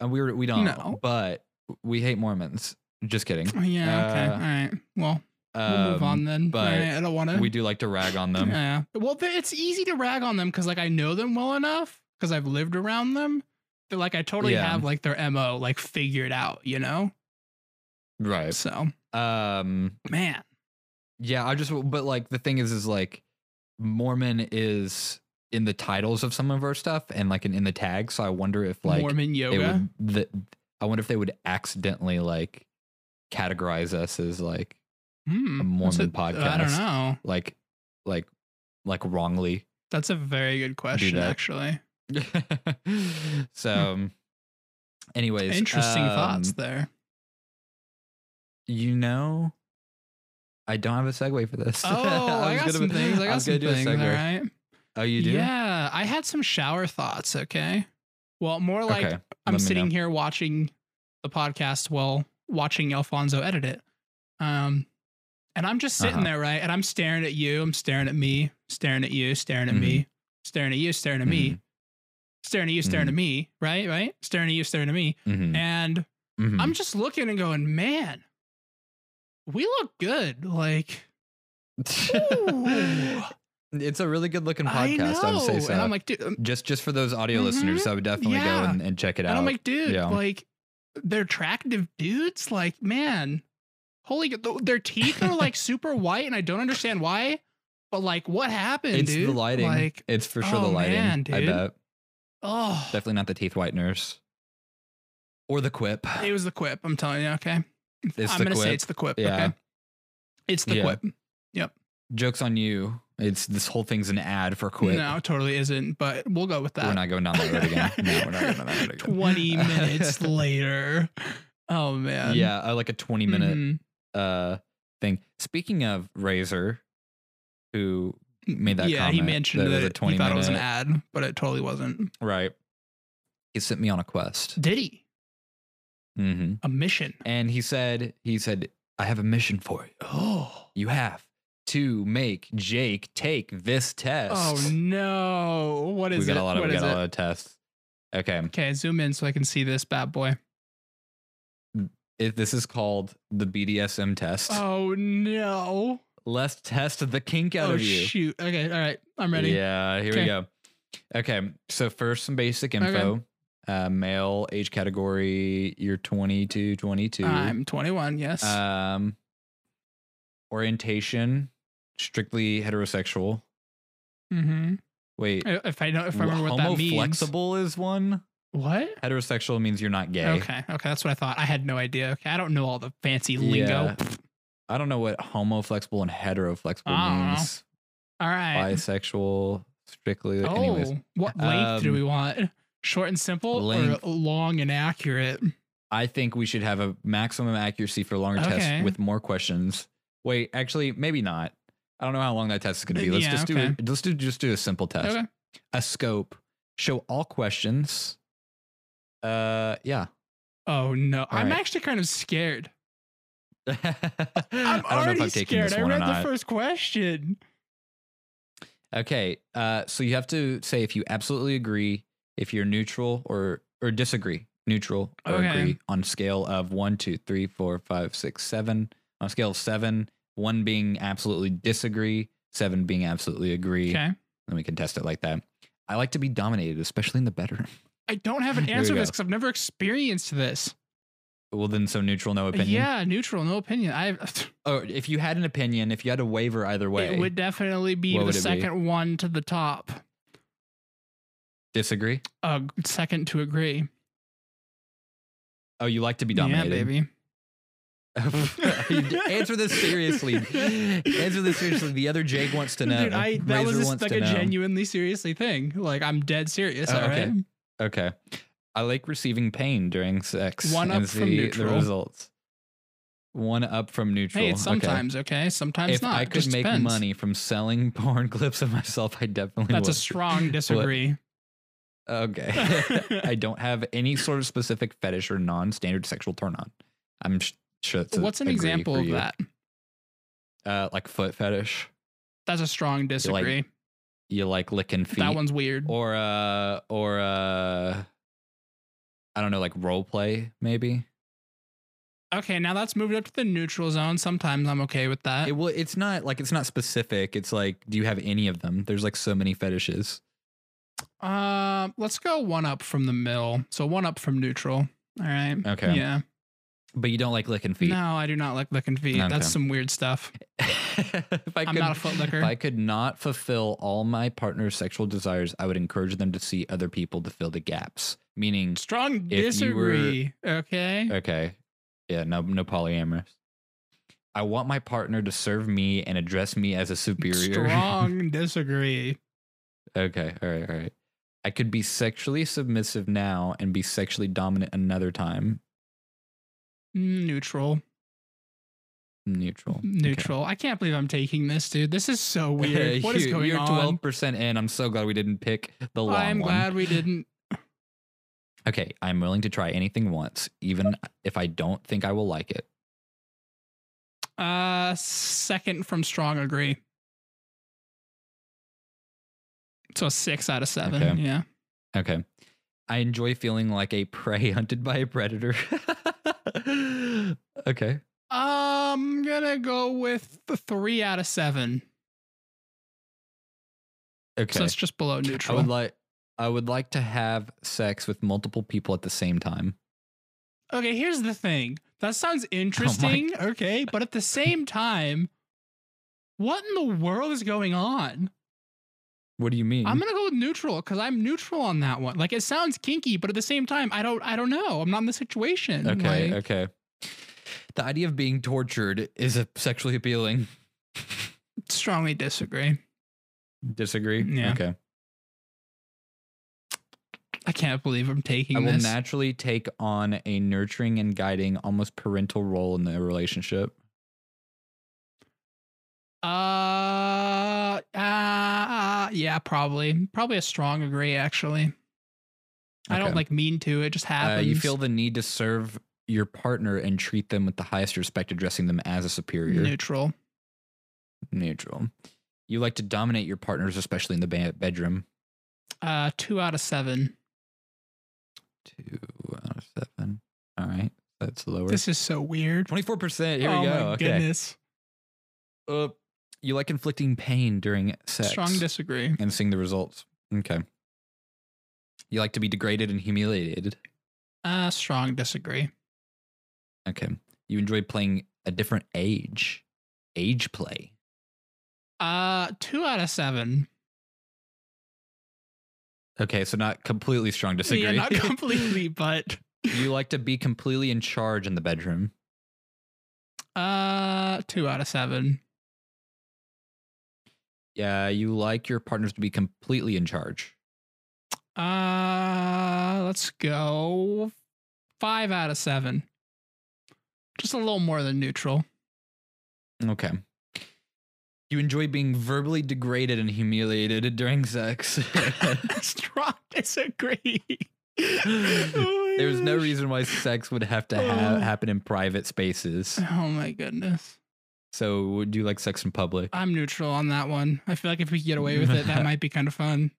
[SPEAKER 4] uh, we we don't.
[SPEAKER 3] No.
[SPEAKER 4] But we hate Mormons. Just kidding.
[SPEAKER 3] Oh, Yeah. Okay.
[SPEAKER 4] Uh,
[SPEAKER 3] All right. Well, we'll move
[SPEAKER 4] Um,
[SPEAKER 3] on then.
[SPEAKER 4] but
[SPEAKER 3] All right, I don't want to.
[SPEAKER 4] We do like to rag on them.
[SPEAKER 3] Yeah. Well, th- it's easy to rag on them because like I know them well enough because I've lived around them. That like I totally
[SPEAKER 4] Yeah.
[SPEAKER 3] have like their mo like figured out. You know.
[SPEAKER 4] Right.
[SPEAKER 3] So
[SPEAKER 4] Um.
[SPEAKER 3] man.
[SPEAKER 4] Yeah. I just. But like the thing is, is like Mormon is in the titles of some of our stuff and like in, in the tags. So I wonder if like
[SPEAKER 3] Mormon
[SPEAKER 4] they
[SPEAKER 3] yoga.
[SPEAKER 4] would. The, I wonder if they would accidentally like categorize us as like
[SPEAKER 3] Hmm.
[SPEAKER 4] a
[SPEAKER 3] That's
[SPEAKER 4] Mormon
[SPEAKER 3] I don't
[SPEAKER 4] podcast.
[SPEAKER 3] know.
[SPEAKER 4] like like like wrongly. *laughs*
[SPEAKER 3] That's a very good question,
[SPEAKER 4] that.
[SPEAKER 3] actually. Hmm.
[SPEAKER 4] so um, anyways
[SPEAKER 3] Interesting thoughts
[SPEAKER 4] um, *laughs*
[SPEAKER 3] there.
[SPEAKER 4] you know i don't have a segue for this *laughs*
[SPEAKER 3] Oh, I,
[SPEAKER 4] was
[SPEAKER 3] got
[SPEAKER 4] gonna-
[SPEAKER 3] some things. I got
[SPEAKER 4] was
[SPEAKER 3] some
[SPEAKER 4] gonna do a
[SPEAKER 3] things. All
[SPEAKER 4] segue.
[SPEAKER 3] right.
[SPEAKER 4] oh you do
[SPEAKER 3] Yeah, I had some shower thoughts. Okay. Well, more like
[SPEAKER 4] okay
[SPEAKER 3] I'm
[SPEAKER 4] let me
[SPEAKER 3] sitting
[SPEAKER 4] know.
[SPEAKER 3] here watching the podcast while watching Alfonso edit it. Um, and I'm just sitting
[SPEAKER 4] Uh-huh.
[SPEAKER 3] there, right? And I'm staring at you. I'm staring at me. Staring at you. Staring at
[SPEAKER 4] Mm-hmm.
[SPEAKER 3] me. Staring at you. Staring at me. Staring at you. Staring at
[SPEAKER 4] Mm-hmm.
[SPEAKER 3] me. Right. Right. Staring at you. Staring at me.
[SPEAKER 4] Mhm,
[SPEAKER 3] And
[SPEAKER 4] mhm.
[SPEAKER 3] I'm just looking and going, man, we look good.
[SPEAKER 4] *laughs*
[SPEAKER 3] Like. ooh,
[SPEAKER 4] it's a really good looking
[SPEAKER 3] I
[SPEAKER 4] podcast i, would say
[SPEAKER 3] know.
[SPEAKER 4] so
[SPEAKER 3] And I'm like, dude, um,
[SPEAKER 4] just just for those audio
[SPEAKER 3] Mhm,
[SPEAKER 4] listeners i would definitely go
[SPEAKER 3] yeah.
[SPEAKER 4] and, and check it
[SPEAKER 3] and
[SPEAKER 4] out
[SPEAKER 3] I'm like, dude,
[SPEAKER 4] yeah.
[SPEAKER 3] like they're attractive dudes. Like, man, holy, th- their teeth are
[SPEAKER 4] *laughs*
[SPEAKER 3] like super white, and I don't understand why. But like, what happened,
[SPEAKER 4] it's
[SPEAKER 3] dude?
[SPEAKER 4] the lighting
[SPEAKER 3] Like,
[SPEAKER 4] it's for sure the
[SPEAKER 3] oh,
[SPEAKER 4] lighting
[SPEAKER 3] man,
[SPEAKER 4] i
[SPEAKER 3] dude.
[SPEAKER 4] bet
[SPEAKER 3] oh,
[SPEAKER 4] definitely not the teeth whiteners or
[SPEAKER 3] *laughs*
[SPEAKER 4] the quip
[SPEAKER 3] it was the quip. I'm telling you, okay.
[SPEAKER 4] It's
[SPEAKER 3] I'm
[SPEAKER 4] the
[SPEAKER 3] gonna say
[SPEAKER 4] quip.
[SPEAKER 3] it's the quip.
[SPEAKER 4] Yeah.
[SPEAKER 3] Okay. It's the
[SPEAKER 4] Yeah.
[SPEAKER 3] quip.
[SPEAKER 4] Jokes on you. It's this whole thing's an ad for Quip.
[SPEAKER 3] No, totally isn't. But we'll go with that.
[SPEAKER 4] we're not going down that road again. No, we're not
[SPEAKER 3] *laughs*
[SPEAKER 4] going down that road again. *laughs*
[SPEAKER 3] Twenty minutes later. Oh man.
[SPEAKER 4] yeah, uh, like a twenty-minute
[SPEAKER 3] Mhm.
[SPEAKER 4] uh thing. Speaking of Razor, who made that
[SPEAKER 3] yeah,
[SPEAKER 4] comment,
[SPEAKER 3] he mentioned
[SPEAKER 4] that
[SPEAKER 3] that,
[SPEAKER 4] it was a
[SPEAKER 3] it- he thought it was an
[SPEAKER 4] 20-minute
[SPEAKER 3] ad, but it totally wasn't.
[SPEAKER 4] right? He sent me on a quest,
[SPEAKER 3] Did he?
[SPEAKER 4] hmm
[SPEAKER 3] A mission.
[SPEAKER 4] and he said, he said, I have a mission for you.
[SPEAKER 3] Oh.
[SPEAKER 4] You have to make Jake take this test.
[SPEAKER 3] Oh no! What
[SPEAKER 4] we
[SPEAKER 3] is
[SPEAKER 4] got
[SPEAKER 3] it?
[SPEAKER 4] a lot of
[SPEAKER 3] What
[SPEAKER 4] we
[SPEAKER 3] is
[SPEAKER 4] got a
[SPEAKER 3] it?
[SPEAKER 4] lot of tests. Okay,
[SPEAKER 3] Okay, zoom in so I can see this bad boy.
[SPEAKER 4] if this is called the BDSM test.
[SPEAKER 3] Oh no!
[SPEAKER 4] Let's test the kink out
[SPEAKER 3] Oh
[SPEAKER 4] of you.
[SPEAKER 3] shoot! Okay, all right, I'm ready.
[SPEAKER 4] Yeah, here we
[SPEAKER 3] Okay.
[SPEAKER 4] go. Okay, so first some basic info. Uh, male, age category, you're 22, 22.
[SPEAKER 3] I'm 21. Yes.
[SPEAKER 4] Um, orientation, strictly heterosexual.
[SPEAKER 3] mm-hmm.
[SPEAKER 4] Wait,
[SPEAKER 3] If I don't, if I remember what
[SPEAKER 4] homo
[SPEAKER 3] that means.
[SPEAKER 4] flexible is one.
[SPEAKER 3] What?
[SPEAKER 4] Heterosexual means you're not gay.
[SPEAKER 3] Okay. Okay. That's what I thought. I had no idea. Okay. I don't know all the fancy lingo.
[SPEAKER 4] Yeah. I don't know what homo flexible and hetero flexible
[SPEAKER 3] I don't know.
[SPEAKER 4] means.
[SPEAKER 3] All right.
[SPEAKER 4] Bisexual, strictly.
[SPEAKER 3] Oh,
[SPEAKER 4] Anyways,
[SPEAKER 3] what length do
[SPEAKER 4] Um,
[SPEAKER 3] we want? Short and simple
[SPEAKER 4] length.
[SPEAKER 3] or long and accurate?
[SPEAKER 4] I think we should have a maximum accuracy for longer
[SPEAKER 3] Okay.
[SPEAKER 4] tests with more questions. Wait, actually, maybe not. I don't know how long that test is going to be. Let's
[SPEAKER 3] Uh, Yeah,
[SPEAKER 4] just do
[SPEAKER 3] okay.
[SPEAKER 4] it. Let's do just do a simple test.
[SPEAKER 3] Okay.
[SPEAKER 4] A scope. Show all questions. Uh, yeah. *laughs*
[SPEAKER 3] Oh no. I'm
[SPEAKER 4] right.
[SPEAKER 3] actually kind of scared.
[SPEAKER 4] I'm
[SPEAKER 3] I'm
[SPEAKER 4] I
[SPEAKER 3] already scared. I read the first question.
[SPEAKER 4] Okay. Uh, so you have to say if you absolutely agree, if you're neutral or or disagree, neutral or
[SPEAKER 3] Okay.
[SPEAKER 4] agree on scale of one, two, three, four, five, six, seven. On a scale of seven, one being absolutely disagree, seven being absolutely agree.
[SPEAKER 3] Okay.
[SPEAKER 4] Then we can test it like that. I like to be dominated, especially in the bedroom.
[SPEAKER 3] I don't have an
[SPEAKER 4] There you
[SPEAKER 3] answer for this
[SPEAKER 4] go.
[SPEAKER 3] because I've never experienced this.
[SPEAKER 4] *laughs* Well, then, so neutral, no opinion.
[SPEAKER 3] Yeah, neutral, no opinion. I *laughs*
[SPEAKER 4] Or if you had an opinion, if you had to waver either way,
[SPEAKER 3] it would definitely be
[SPEAKER 4] What
[SPEAKER 3] the
[SPEAKER 4] would it be?
[SPEAKER 3] second one to the top.
[SPEAKER 4] disagree.
[SPEAKER 3] Uh, second to agree.
[SPEAKER 4] Oh, you like to be
[SPEAKER 3] Yeah,
[SPEAKER 4] dominated.
[SPEAKER 3] baby.
[SPEAKER 4] *laughs* Answer this seriously. Answer this seriously. The other Jake
[SPEAKER 3] *laughs*
[SPEAKER 4] wants to know.
[SPEAKER 3] Dude, I that
[SPEAKER 4] Razor
[SPEAKER 3] was just
[SPEAKER 4] wants
[SPEAKER 3] like
[SPEAKER 4] to
[SPEAKER 3] a
[SPEAKER 4] know.
[SPEAKER 3] genuinely seriously thing. Like I'm dead serious.
[SPEAKER 4] Oh,
[SPEAKER 3] all right.
[SPEAKER 4] okay. Okay. I like receiving pain during sex.
[SPEAKER 3] One up
[SPEAKER 4] and
[SPEAKER 3] from
[SPEAKER 4] see
[SPEAKER 3] neutral.
[SPEAKER 4] The results. One up from neutral.
[SPEAKER 3] Hey, it's
[SPEAKER 4] Okay.
[SPEAKER 3] sometimes okay. Sometimes
[SPEAKER 4] If
[SPEAKER 3] not.
[SPEAKER 4] I
[SPEAKER 3] It
[SPEAKER 4] could
[SPEAKER 3] just
[SPEAKER 4] make
[SPEAKER 3] depends.
[SPEAKER 4] money *laughs* from selling porn clips of myself, I definitely
[SPEAKER 3] that's
[SPEAKER 4] would.
[SPEAKER 3] a
[SPEAKER 4] *laughs*
[SPEAKER 3] strong disagree.
[SPEAKER 4] Okay.
[SPEAKER 3] *laughs*
[SPEAKER 4] I don't have any sort of specific fetish or non-standard sexual turn on. I'm sh- sure. it's a
[SPEAKER 3] What's an
[SPEAKER 4] agree
[SPEAKER 3] example
[SPEAKER 4] for
[SPEAKER 3] of
[SPEAKER 4] you.
[SPEAKER 3] that?
[SPEAKER 4] Uh, like foot fetish.
[SPEAKER 3] That's a strong disagree.
[SPEAKER 4] You like licking feet.
[SPEAKER 3] that one's weird.
[SPEAKER 4] or uh or uh I don't know, like role play, maybe.
[SPEAKER 3] okay, now that's moved up to the neutral zone. Sometimes I'm okay with that.
[SPEAKER 4] Uh, It well, it's not like it's not specific. It's like, do you have any of them? There's like so many fetishes.
[SPEAKER 3] Um, let's go one up from the middle. So one up from neutral. All right.
[SPEAKER 4] Okay.
[SPEAKER 3] Yeah.
[SPEAKER 4] But you don't like licking feet.
[SPEAKER 3] No, I do not like licking feet.
[SPEAKER 4] Okay.
[SPEAKER 3] That's some weird stuff.
[SPEAKER 4] *laughs* if I
[SPEAKER 3] I'm not a foot licker.
[SPEAKER 4] If I could not fulfill all my partner's sexual desires, I would encourage them to see other people to fill the gaps. Meaning,
[SPEAKER 3] Strong
[SPEAKER 4] If you were-
[SPEAKER 3] disagree. okay.
[SPEAKER 4] okay, yeah, no, no polyamorous. I want my partner to serve me and address me as a superior. *laughs*
[SPEAKER 3] Strong disagree.
[SPEAKER 4] Okay. All right. All right. I could be sexually submissive now and be sexually dominant another time.
[SPEAKER 3] Mm, Neutral.
[SPEAKER 4] Neutral. Okay. *laughs*
[SPEAKER 3] Neutral. I can't believe I'm taking this, dude. This is so weird. What is
[SPEAKER 4] You-
[SPEAKER 3] going
[SPEAKER 4] You're
[SPEAKER 3] on?
[SPEAKER 4] 12% in. I'm so glad we didn't pick the long
[SPEAKER 3] I'm
[SPEAKER 4] one.
[SPEAKER 3] glad we didn't.
[SPEAKER 4] Okay. I'm willing to try anything once, even if I don't think I will like it.
[SPEAKER 3] Uh, second from strong agree. So six out of seven.
[SPEAKER 4] Okay.
[SPEAKER 3] Yeah.
[SPEAKER 4] Okay. I enjoy feeling like a *laughs* prey hunted by a predator. *laughs* okay.
[SPEAKER 3] I'm gonna go with the three out of seven.
[SPEAKER 4] Okay.
[SPEAKER 3] So it's just below
[SPEAKER 4] I
[SPEAKER 3] neutral.
[SPEAKER 4] would like I would like to have sex with multiple people at the same time.
[SPEAKER 3] okay, here's the thing. That
[SPEAKER 4] *laughs*
[SPEAKER 3] sounds
[SPEAKER 4] Oh
[SPEAKER 3] interesting, okay, but at the same time, what in the world is going on?
[SPEAKER 4] What do you mean?
[SPEAKER 3] I'm gonna go with neutral because I'm neutral on that one. Like it sounds kinky, but at the same time, I don't I don't know. I'm not in the situation.
[SPEAKER 4] Okay,
[SPEAKER 3] Like,
[SPEAKER 4] okay. The idea of being tortured is a sexually appealing.
[SPEAKER 3] strongly disagree.
[SPEAKER 4] Disagree.
[SPEAKER 3] Yeah.
[SPEAKER 4] Okay.
[SPEAKER 3] I can't believe I'm taking
[SPEAKER 4] I will
[SPEAKER 3] this.
[SPEAKER 4] naturally take on a nurturing and guiding, almost parental role in the relationship.
[SPEAKER 3] uh, uh yeah, probably. Probably a strong agree, actually. I don't
[SPEAKER 4] Okay.
[SPEAKER 3] like mean to, it just
[SPEAKER 4] Uh,
[SPEAKER 3] happens.
[SPEAKER 4] you feel the need to serve your partner and treat them with the highest respect, addressing them as a superior.
[SPEAKER 3] neutral.
[SPEAKER 4] Neutral. You like to dominate your partners, especially in the ba- bedroom.
[SPEAKER 3] Uh, two out of seven.
[SPEAKER 4] Two out of seven. All right, that's lower.
[SPEAKER 3] This is so weird.
[SPEAKER 4] Twenty-four percent. Here
[SPEAKER 3] oh
[SPEAKER 4] we go.
[SPEAKER 3] my
[SPEAKER 4] okay.
[SPEAKER 3] goodness.
[SPEAKER 4] Uh, you like inflicting pain during sex.
[SPEAKER 3] Strong disagree.
[SPEAKER 4] and seeing the results. Okay. You like to be degraded and humiliated.
[SPEAKER 3] Uh, strong disagree.
[SPEAKER 4] Okay. You enjoy playing a different age. Age play.
[SPEAKER 3] Uh, two out of seven.
[SPEAKER 4] Okay, so not completely strong disagree.
[SPEAKER 3] Yeah,
[SPEAKER 4] *laughs*
[SPEAKER 3] not completely, but
[SPEAKER 4] you like to be completely in charge in the bedroom.
[SPEAKER 3] uh, two out of seven.
[SPEAKER 4] Yeah, you like your partners to be completely in charge.
[SPEAKER 3] Uh, let's go five out of seven. Just a little more than neutral.
[SPEAKER 4] Okay. You enjoy being verbally degraded and humiliated during sex. *laughs*
[SPEAKER 3] strong disagree.
[SPEAKER 4] There's no reason why sex would have to ha-
[SPEAKER 3] Oh.
[SPEAKER 4] happen in private spaces.
[SPEAKER 3] Oh my goodness.
[SPEAKER 4] So, would you like sex in public?
[SPEAKER 3] I'm neutral on that one. I feel like if we could get away with
[SPEAKER 4] *laughs*
[SPEAKER 3] it, that might be kind of fun.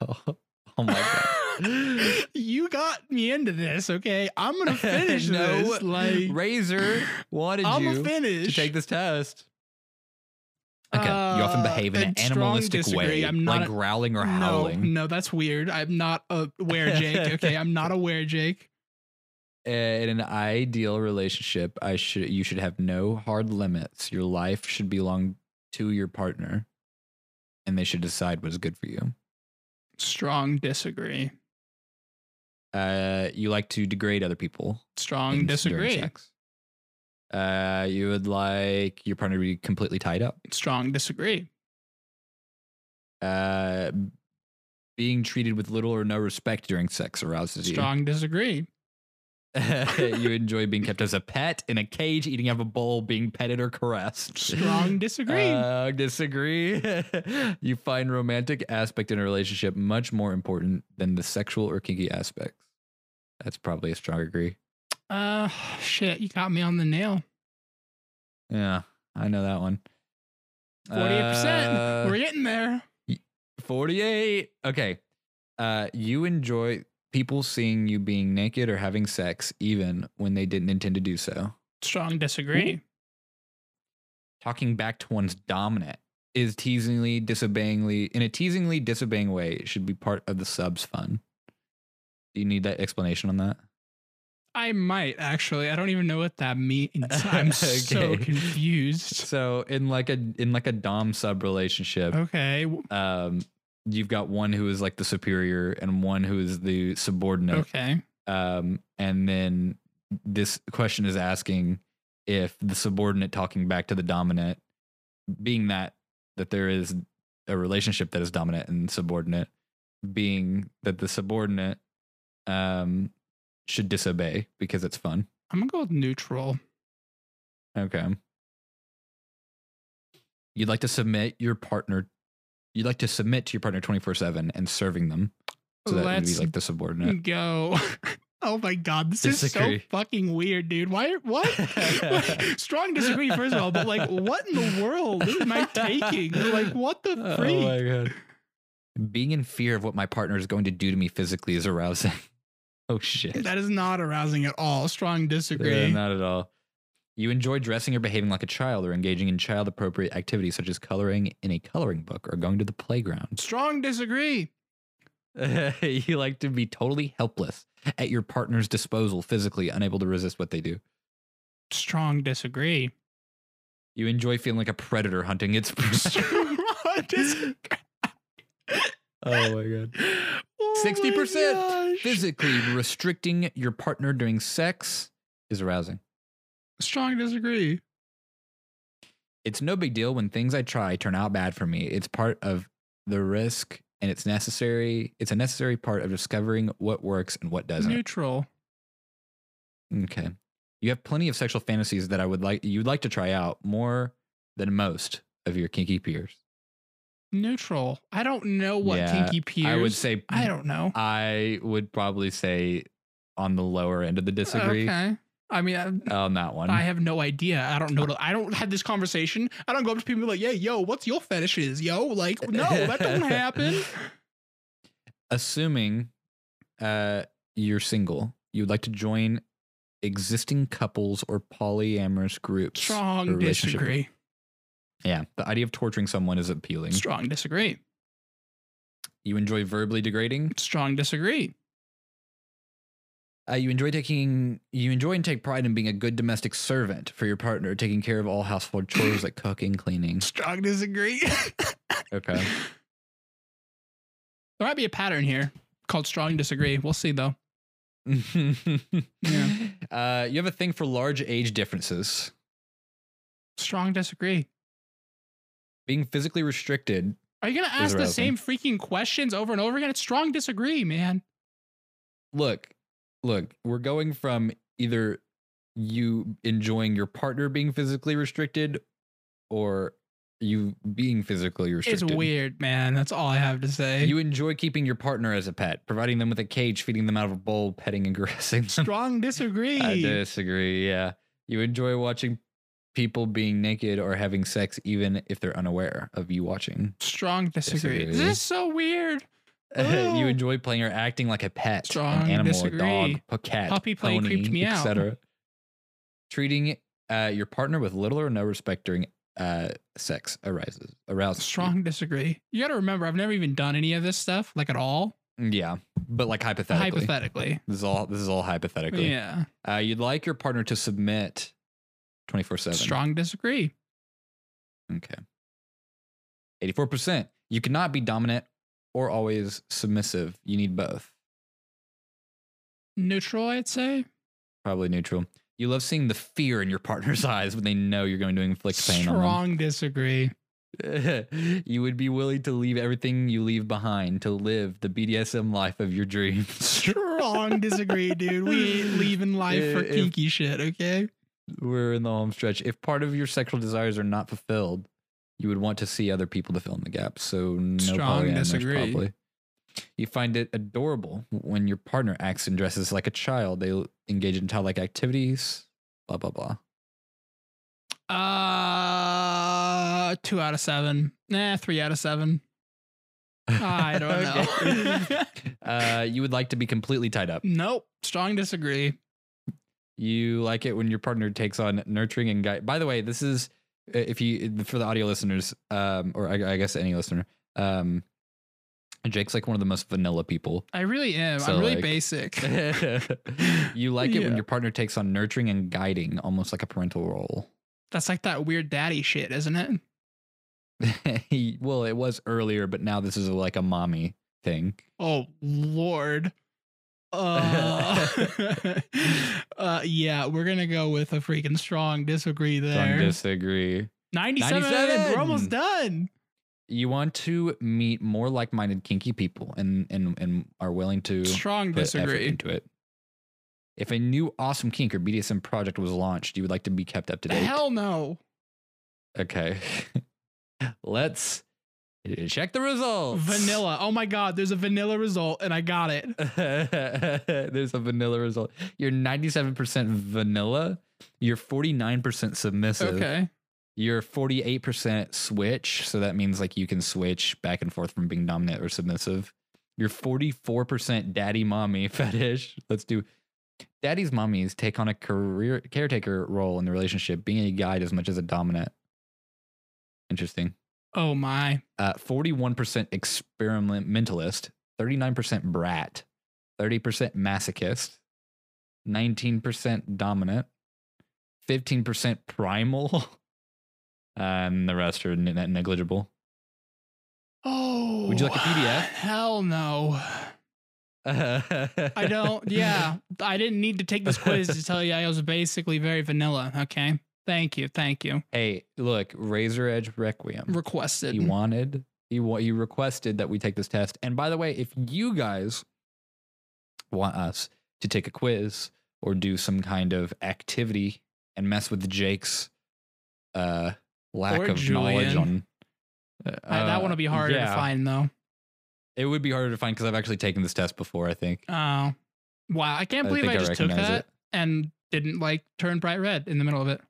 [SPEAKER 4] Oh, my
[SPEAKER 3] *laughs*
[SPEAKER 4] god.
[SPEAKER 3] you got me into this, okay? I'm gonna finish
[SPEAKER 4] *laughs* No,
[SPEAKER 3] this. Like
[SPEAKER 4] Razor wanted
[SPEAKER 3] I'm
[SPEAKER 4] you
[SPEAKER 3] gonna
[SPEAKER 4] to
[SPEAKER 3] finish.
[SPEAKER 4] take this test. Okay, you often
[SPEAKER 3] Uh,
[SPEAKER 4] behave in an
[SPEAKER 3] and strong
[SPEAKER 4] animalistic way,
[SPEAKER 3] disagree. I'm
[SPEAKER 4] like
[SPEAKER 3] not a-
[SPEAKER 4] growling or
[SPEAKER 3] no,
[SPEAKER 4] howling.
[SPEAKER 3] no, that's weird. I'm not a where
[SPEAKER 4] *laughs*
[SPEAKER 3] Jake. Okay, I'm not a where Jake.
[SPEAKER 4] Uh, in an ideal relationship, I should you should have no hard limits. Your life should belong to your partner, and they should decide what's good for you.
[SPEAKER 3] Strong disagree.
[SPEAKER 4] Uh, you like to degrade other people.
[SPEAKER 3] Strong
[SPEAKER 4] in- during
[SPEAKER 3] disagree.
[SPEAKER 4] sex. Uh, you would like your partner to be completely tied up.
[SPEAKER 3] Strong disagree.
[SPEAKER 4] Uh, being treated with little or no respect during sex arouses you.
[SPEAKER 3] Strong disagree.
[SPEAKER 4] *laughs* you enjoy being kept as a pet in a cage, eating out of a bowl, being petted or caressed.
[SPEAKER 3] Strong disagree.
[SPEAKER 4] Uh, disagree. *laughs* you find romantic aspect in a relationship much more important than the sexual or kinky aspects. That's probably a strong agree.
[SPEAKER 3] Uh, shit, you got me on the nail.
[SPEAKER 4] Yeah, I know that one.
[SPEAKER 3] Forty-eight
[SPEAKER 4] Uh,
[SPEAKER 3] percent. We're getting there.
[SPEAKER 4] 48. Okay. Uh, you enjoy people seeing you being naked or having sex, even when they didn't intend to do so.
[SPEAKER 3] Strong disagree.
[SPEAKER 4] talking back to one's dominant is teasingly disobeyingly in a teasingly disobeying way should be part of the subs fun do you need that explanation on that
[SPEAKER 3] I might actually. I don't even know what that
[SPEAKER 4] *laughs*
[SPEAKER 3] means. I'm so
[SPEAKER 4] Okay.
[SPEAKER 3] confused.
[SPEAKER 4] so in like a in like a dom sub relationship
[SPEAKER 3] Okay. w-
[SPEAKER 4] um you've got one who is like the superior and one who is the subordinate
[SPEAKER 3] Okay.
[SPEAKER 4] um and then this question is asking if the subordinate talking back to the dominant being that that there is a relationship that is dominant and subordinate being that the subordinate um should disobey because it's fun
[SPEAKER 3] I'm gonna go with neutral.
[SPEAKER 4] okay you'd like to submit your partner you'd like to submit to your partner 24/7 and serving them so that would be
[SPEAKER 3] Let's
[SPEAKER 4] like the subordinate
[SPEAKER 3] Go. *laughs* Oh my god, this
[SPEAKER 4] Disagree.
[SPEAKER 3] is so fucking weird, dude. Why?
[SPEAKER 4] *laughs*
[SPEAKER 3] What? Strong disagree, first of all, but like, what in the world am I taking? Like, what
[SPEAKER 4] Oh
[SPEAKER 3] the freak?
[SPEAKER 4] god. Being in fear of what my partner is going to do to me physically is arousing. *laughs* oh shit.
[SPEAKER 3] that is not arousing at all. Strong disagree.
[SPEAKER 4] Yeah, not at all. You enjoy dressing or behaving like a child or engaging in child appropriate activities such as coloring in a coloring book or going to the playground. *laughs*
[SPEAKER 3] Strong disagree.
[SPEAKER 4] you like to be totally helpless at your partner's disposal, physically unable to resist what they do.
[SPEAKER 3] Strong
[SPEAKER 4] *laughs*
[SPEAKER 3] disagree.
[SPEAKER 4] You enjoy feeling like a predator hunting its *laughs* prey.
[SPEAKER 3] Strong disagree.
[SPEAKER 4] oh my god.
[SPEAKER 3] Oh my
[SPEAKER 4] 60%
[SPEAKER 3] gosh.
[SPEAKER 4] Physically restricting your partner during sex is arousing.
[SPEAKER 3] Strong disagree.
[SPEAKER 4] It's no big deal when things I try turn out bad for me. It's part of the risk and it's necessary. It's a necessary part of discovering what works and what doesn't.
[SPEAKER 3] Neutral.
[SPEAKER 4] Okay. You have plenty of sexual fantasies that I would like you'd like to try out more than most of your kinky peers.
[SPEAKER 3] Neutral. I don't know what
[SPEAKER 4] Yeah,
[SPEAKER 3] kinky peers.
[SPEAKER 4] I would say
[SPEAKER 3] I don't know.
[SPEAKER 4] I would probably say on the lower end of the disagree
[SPEAKER 3] Okay. I mean, I,
[SPEAKER 4] on that one.
[SPEAKER 3] I have no idea. I don't know. what- I don't have this conversation. I don't go up to people and be like, "Yeah, yo, what's your fetishes, yo?" Like, no, that doesn't happen.
[SPEAKER 4] *laughs* assuming uh, you're single, you would like to join existing couples or polyamorous groups. or
[SPEAKER 3] Strong
[SPEAKER 4] relationship.
[SPEAKER 3] disagree.
[SPEAKER 4] Yeah, the idea of torturing someone is appealing.
[SPEAKER 3] Strong disagree.
[SPEAKER 4] You enjoy verbally degrading.
[SPEAKER 3] Strong disagree.
[SPEAKER 4] Uh, you enjoy taking you enjoy and take pride in being a good domestic servant for your partner, taking care of all household chores like cooking, cleaning.
[SPEAKER 3] Strong disagree. *laughs*
[SPEAKER 4] Okay.
[SPEAKER 3] There might be a pattern here called strong disagree. We'll see though. *laughs* Yeah.
[SPEAKER 4] *laughs* Uh, you have a thing for large age differences.
[SPEAKER 3] Strong disagree.
[SPEAKER 4] Being physically restricted.
[SPEAKER 3] Are you gonna
[SPEAKER 4] Is
[SPEAKER 3] ask the same
[SPEAKER 4] relevant.
[SPEAKER 3] freaking questions over and over again? It's strong disagree, man.
[SPEAKER 4] Look, look, we're going from either you enjoying your partner being physically restricted or you being physically restricted.
[SPEAKER 3] It's weird, man. That's all I have to say.
[SPEAKER 4] You *laughs* enjoy keeping your partner as a pet, providing them with a cage, feeding them out of a bowl, petting and *laughs* caressing them.
[SPEAKER 3] strong disagree.
[SPEAKER 4] I disagree. Yeah. You enjoy watching people being naked or having sex, even if they're unaware of you watching. *laughs*
[SPEAKER 3] Strong disagree.
[SPEAKER 4] Disagree.
[SPEAKER 3] This is so weird. Oh.
[SPEAKER 4] you enjoy playing or acting like a pet,
[SPEAKER 3] Strong
[SPEAKER 4] an animal, a
[SPEAKER 3] disagree.
[SPEAKER 4] dog, a cat,
[SPEAKER 3] Puppy play
[SPEAKER 4] pony,
[SPEAKER 3] creeped me out.
[SPEAKER 4] etc. Treating uh, your partner with little or no respect during uh, sex arises arouses. you.
[SPEAKER 3] Strong disagree. You gotta remember, I've never even done any of this stuff, like at all.
[SPEAKER 4] Yeah, but like hypothetically,
[SPEAKER 3] Hypothetically.
[SPEAKER 4] this is all this is all hypothetically.
[SPEAKER 3] Yeah.
[SPEAKER 4] Uh, you'd like your partner to submit 24 7.
[SPEAKER 3] Strong disagree.
[SPEAKER 4] Okay. 84%. You cannot be dominant or always submissive. You need both.
[SPEAKER 3] Neutral, I'd say.
[SPEAKER 4] Probably neutral. You love seeing the fear in your *laughs* partner's eyes when they know you're going to inflict pain on
[SPEAKER 3] Strong disagree.
[SPEAKER 4] them. *laughs* you would be willing to leave everything you leave behind to live the BDSM life of your dreams. *laughs*
[SPEAKER 3] Strong disagree, dude. We ain't leaving life for
[SPEAKER 4] If-
[SPEAKER 3] kinky shit, okay?
[SPEAKER 4] We're in the home stretch. If part of your sexual desires are not fulfilled, you would want to see other people to fill in the gaps. So no
[SPEAKER 3] Strong
[SPEAKER 4] polyamorous,
[SPEAKER 3] disagree.
[SPEAKER 4] Probably. You find it adorable when your partner acts and dresses like a child. They engage in childlike activities. Blah blah blah.
[SPEAKER 3] Uh, two out of seven. Nah, three out of seven. I don't
[SPEAKER 4] *laughs* Okay.
[SPEAKER 3] know. *laughs*
[SPEAKER 4] uh, you would like to be completely tied up.
[SPEAKER 3] nope. Strong disagree.
[SPEAKER 4] You like it when your partner takes on nurturing and guide. By the way, this is uh, if you for the audio listeners, um, or I, I guess any listener, um, Jake's like one of the most vanilla people.
[SPEAKER 3] I really am.
[SPEAKER 4] So,
[SPEAKER 3] I'm really
[SPEAKER 4] like- *laughs*
[SPEAKER 3] basic.
[SPEAKER 4] you like it
[SPEAKER 3] Yeah.
[SPEAKER 4] when your partner takes on nurturing and guiding, almost like a parental role. *laughs*
[SPEAKER 3] That's like that weird daddy shit, isn't it?
[SPEAKER 4] well, it was earlier, but now this is like a mommy thing.
[SPEAKER 3] Oh
[SPEAKER 4] *laughs*
[SPEAKER 3] Lord. Uh, *laughs* uh, yeah, we're gonna go with a freaking strong disagree
[SPEAKER 4] Don't
[SPEAKER 3] there.
[SPEAKER 4] disagree.
[SPEAKER 3] 97.
[SPEAKER 4] 97.
[SPEAKER 3] We're almost done.
[SPEAKER 4] You want to meet more like-minded kinky people and and and are willing to
[SPEAKER 3] Strong
[SPEAKER 4] put effort
[SPEAKER 3] disagree.
[SPEAKER 4] into it. If a new awesome kink or BDSM project was launched, you would like to be kept up to date.
[SPEAKER 3] Hell no.
[SPEAKER 4] Okay. *laughs* Let's check the results.
[SPEAKER 3] Vanilla. Oh my god, there's a vanilla result and I got it.
[SPEAKER 4] *laughs* There's a vanilla result. You're 97% vanilla. You're 49% submissive.
[SPEAKER 3] Okay.
[SPEAKER 4] You're 48% switch. So that means like you can switch back and forth from being dominant or submissive. You're 44% daddy mommy *laughs* fetish. Let's do daddy's mommies take on a career caretaker role in the relationship, being a guide as much as a dominant. Interesting
[SPEAKER 3] Oh my.
[SPEAKER 4] uh, 41% experimentalist, 39% brat, 30% masochist, 19% dominant, 15% primal, *laughs* and the rest are n- n- negligible. *laughs*
[SPEAKER 3] Oh.
[SPEAKER 4] you like a PDF?
[SPEAKER 3] Hell no. I
[SPEAKER 4] I *laughs*
[SPEAKER 3] don't. Yeah, I didn't need to take this quiz to tell you I was basically very vanilla. Okay. Thank you. Thank you.
[SPEAKER 4] Hey, look, Razor Edge Requiem.
[SPEAKER 3] Requested.
[SPEAKER 4] he wanted he wa- he requested that we take this test and by the way if you guys want us to take a quiz or do some kind of activity and mess with jake's uh lack
[SPEAKER 3] Or
[SPEAKER 4] of knowledge
[SPEAKER 3] Julian.
[SPEAKER 4] on uh,
[SPEAKER 3] I, that one will be harder to find though.
[SPEAKER 4] it would be harder to find because i've actually taken this test before i think
[SPEAKER 3] Oh. Wow. I can't
[SPEAKER 4] I
[SPEAKER 3] believe I,
[SPEAKER 4] think I
[SPEAKER 3] just took
[SPEAKER 4] recognize
[SPEAKER 3] that
[SPEAKER 4] it.
[SPEAKER 3] and didn't like turn bright red in the middle of it.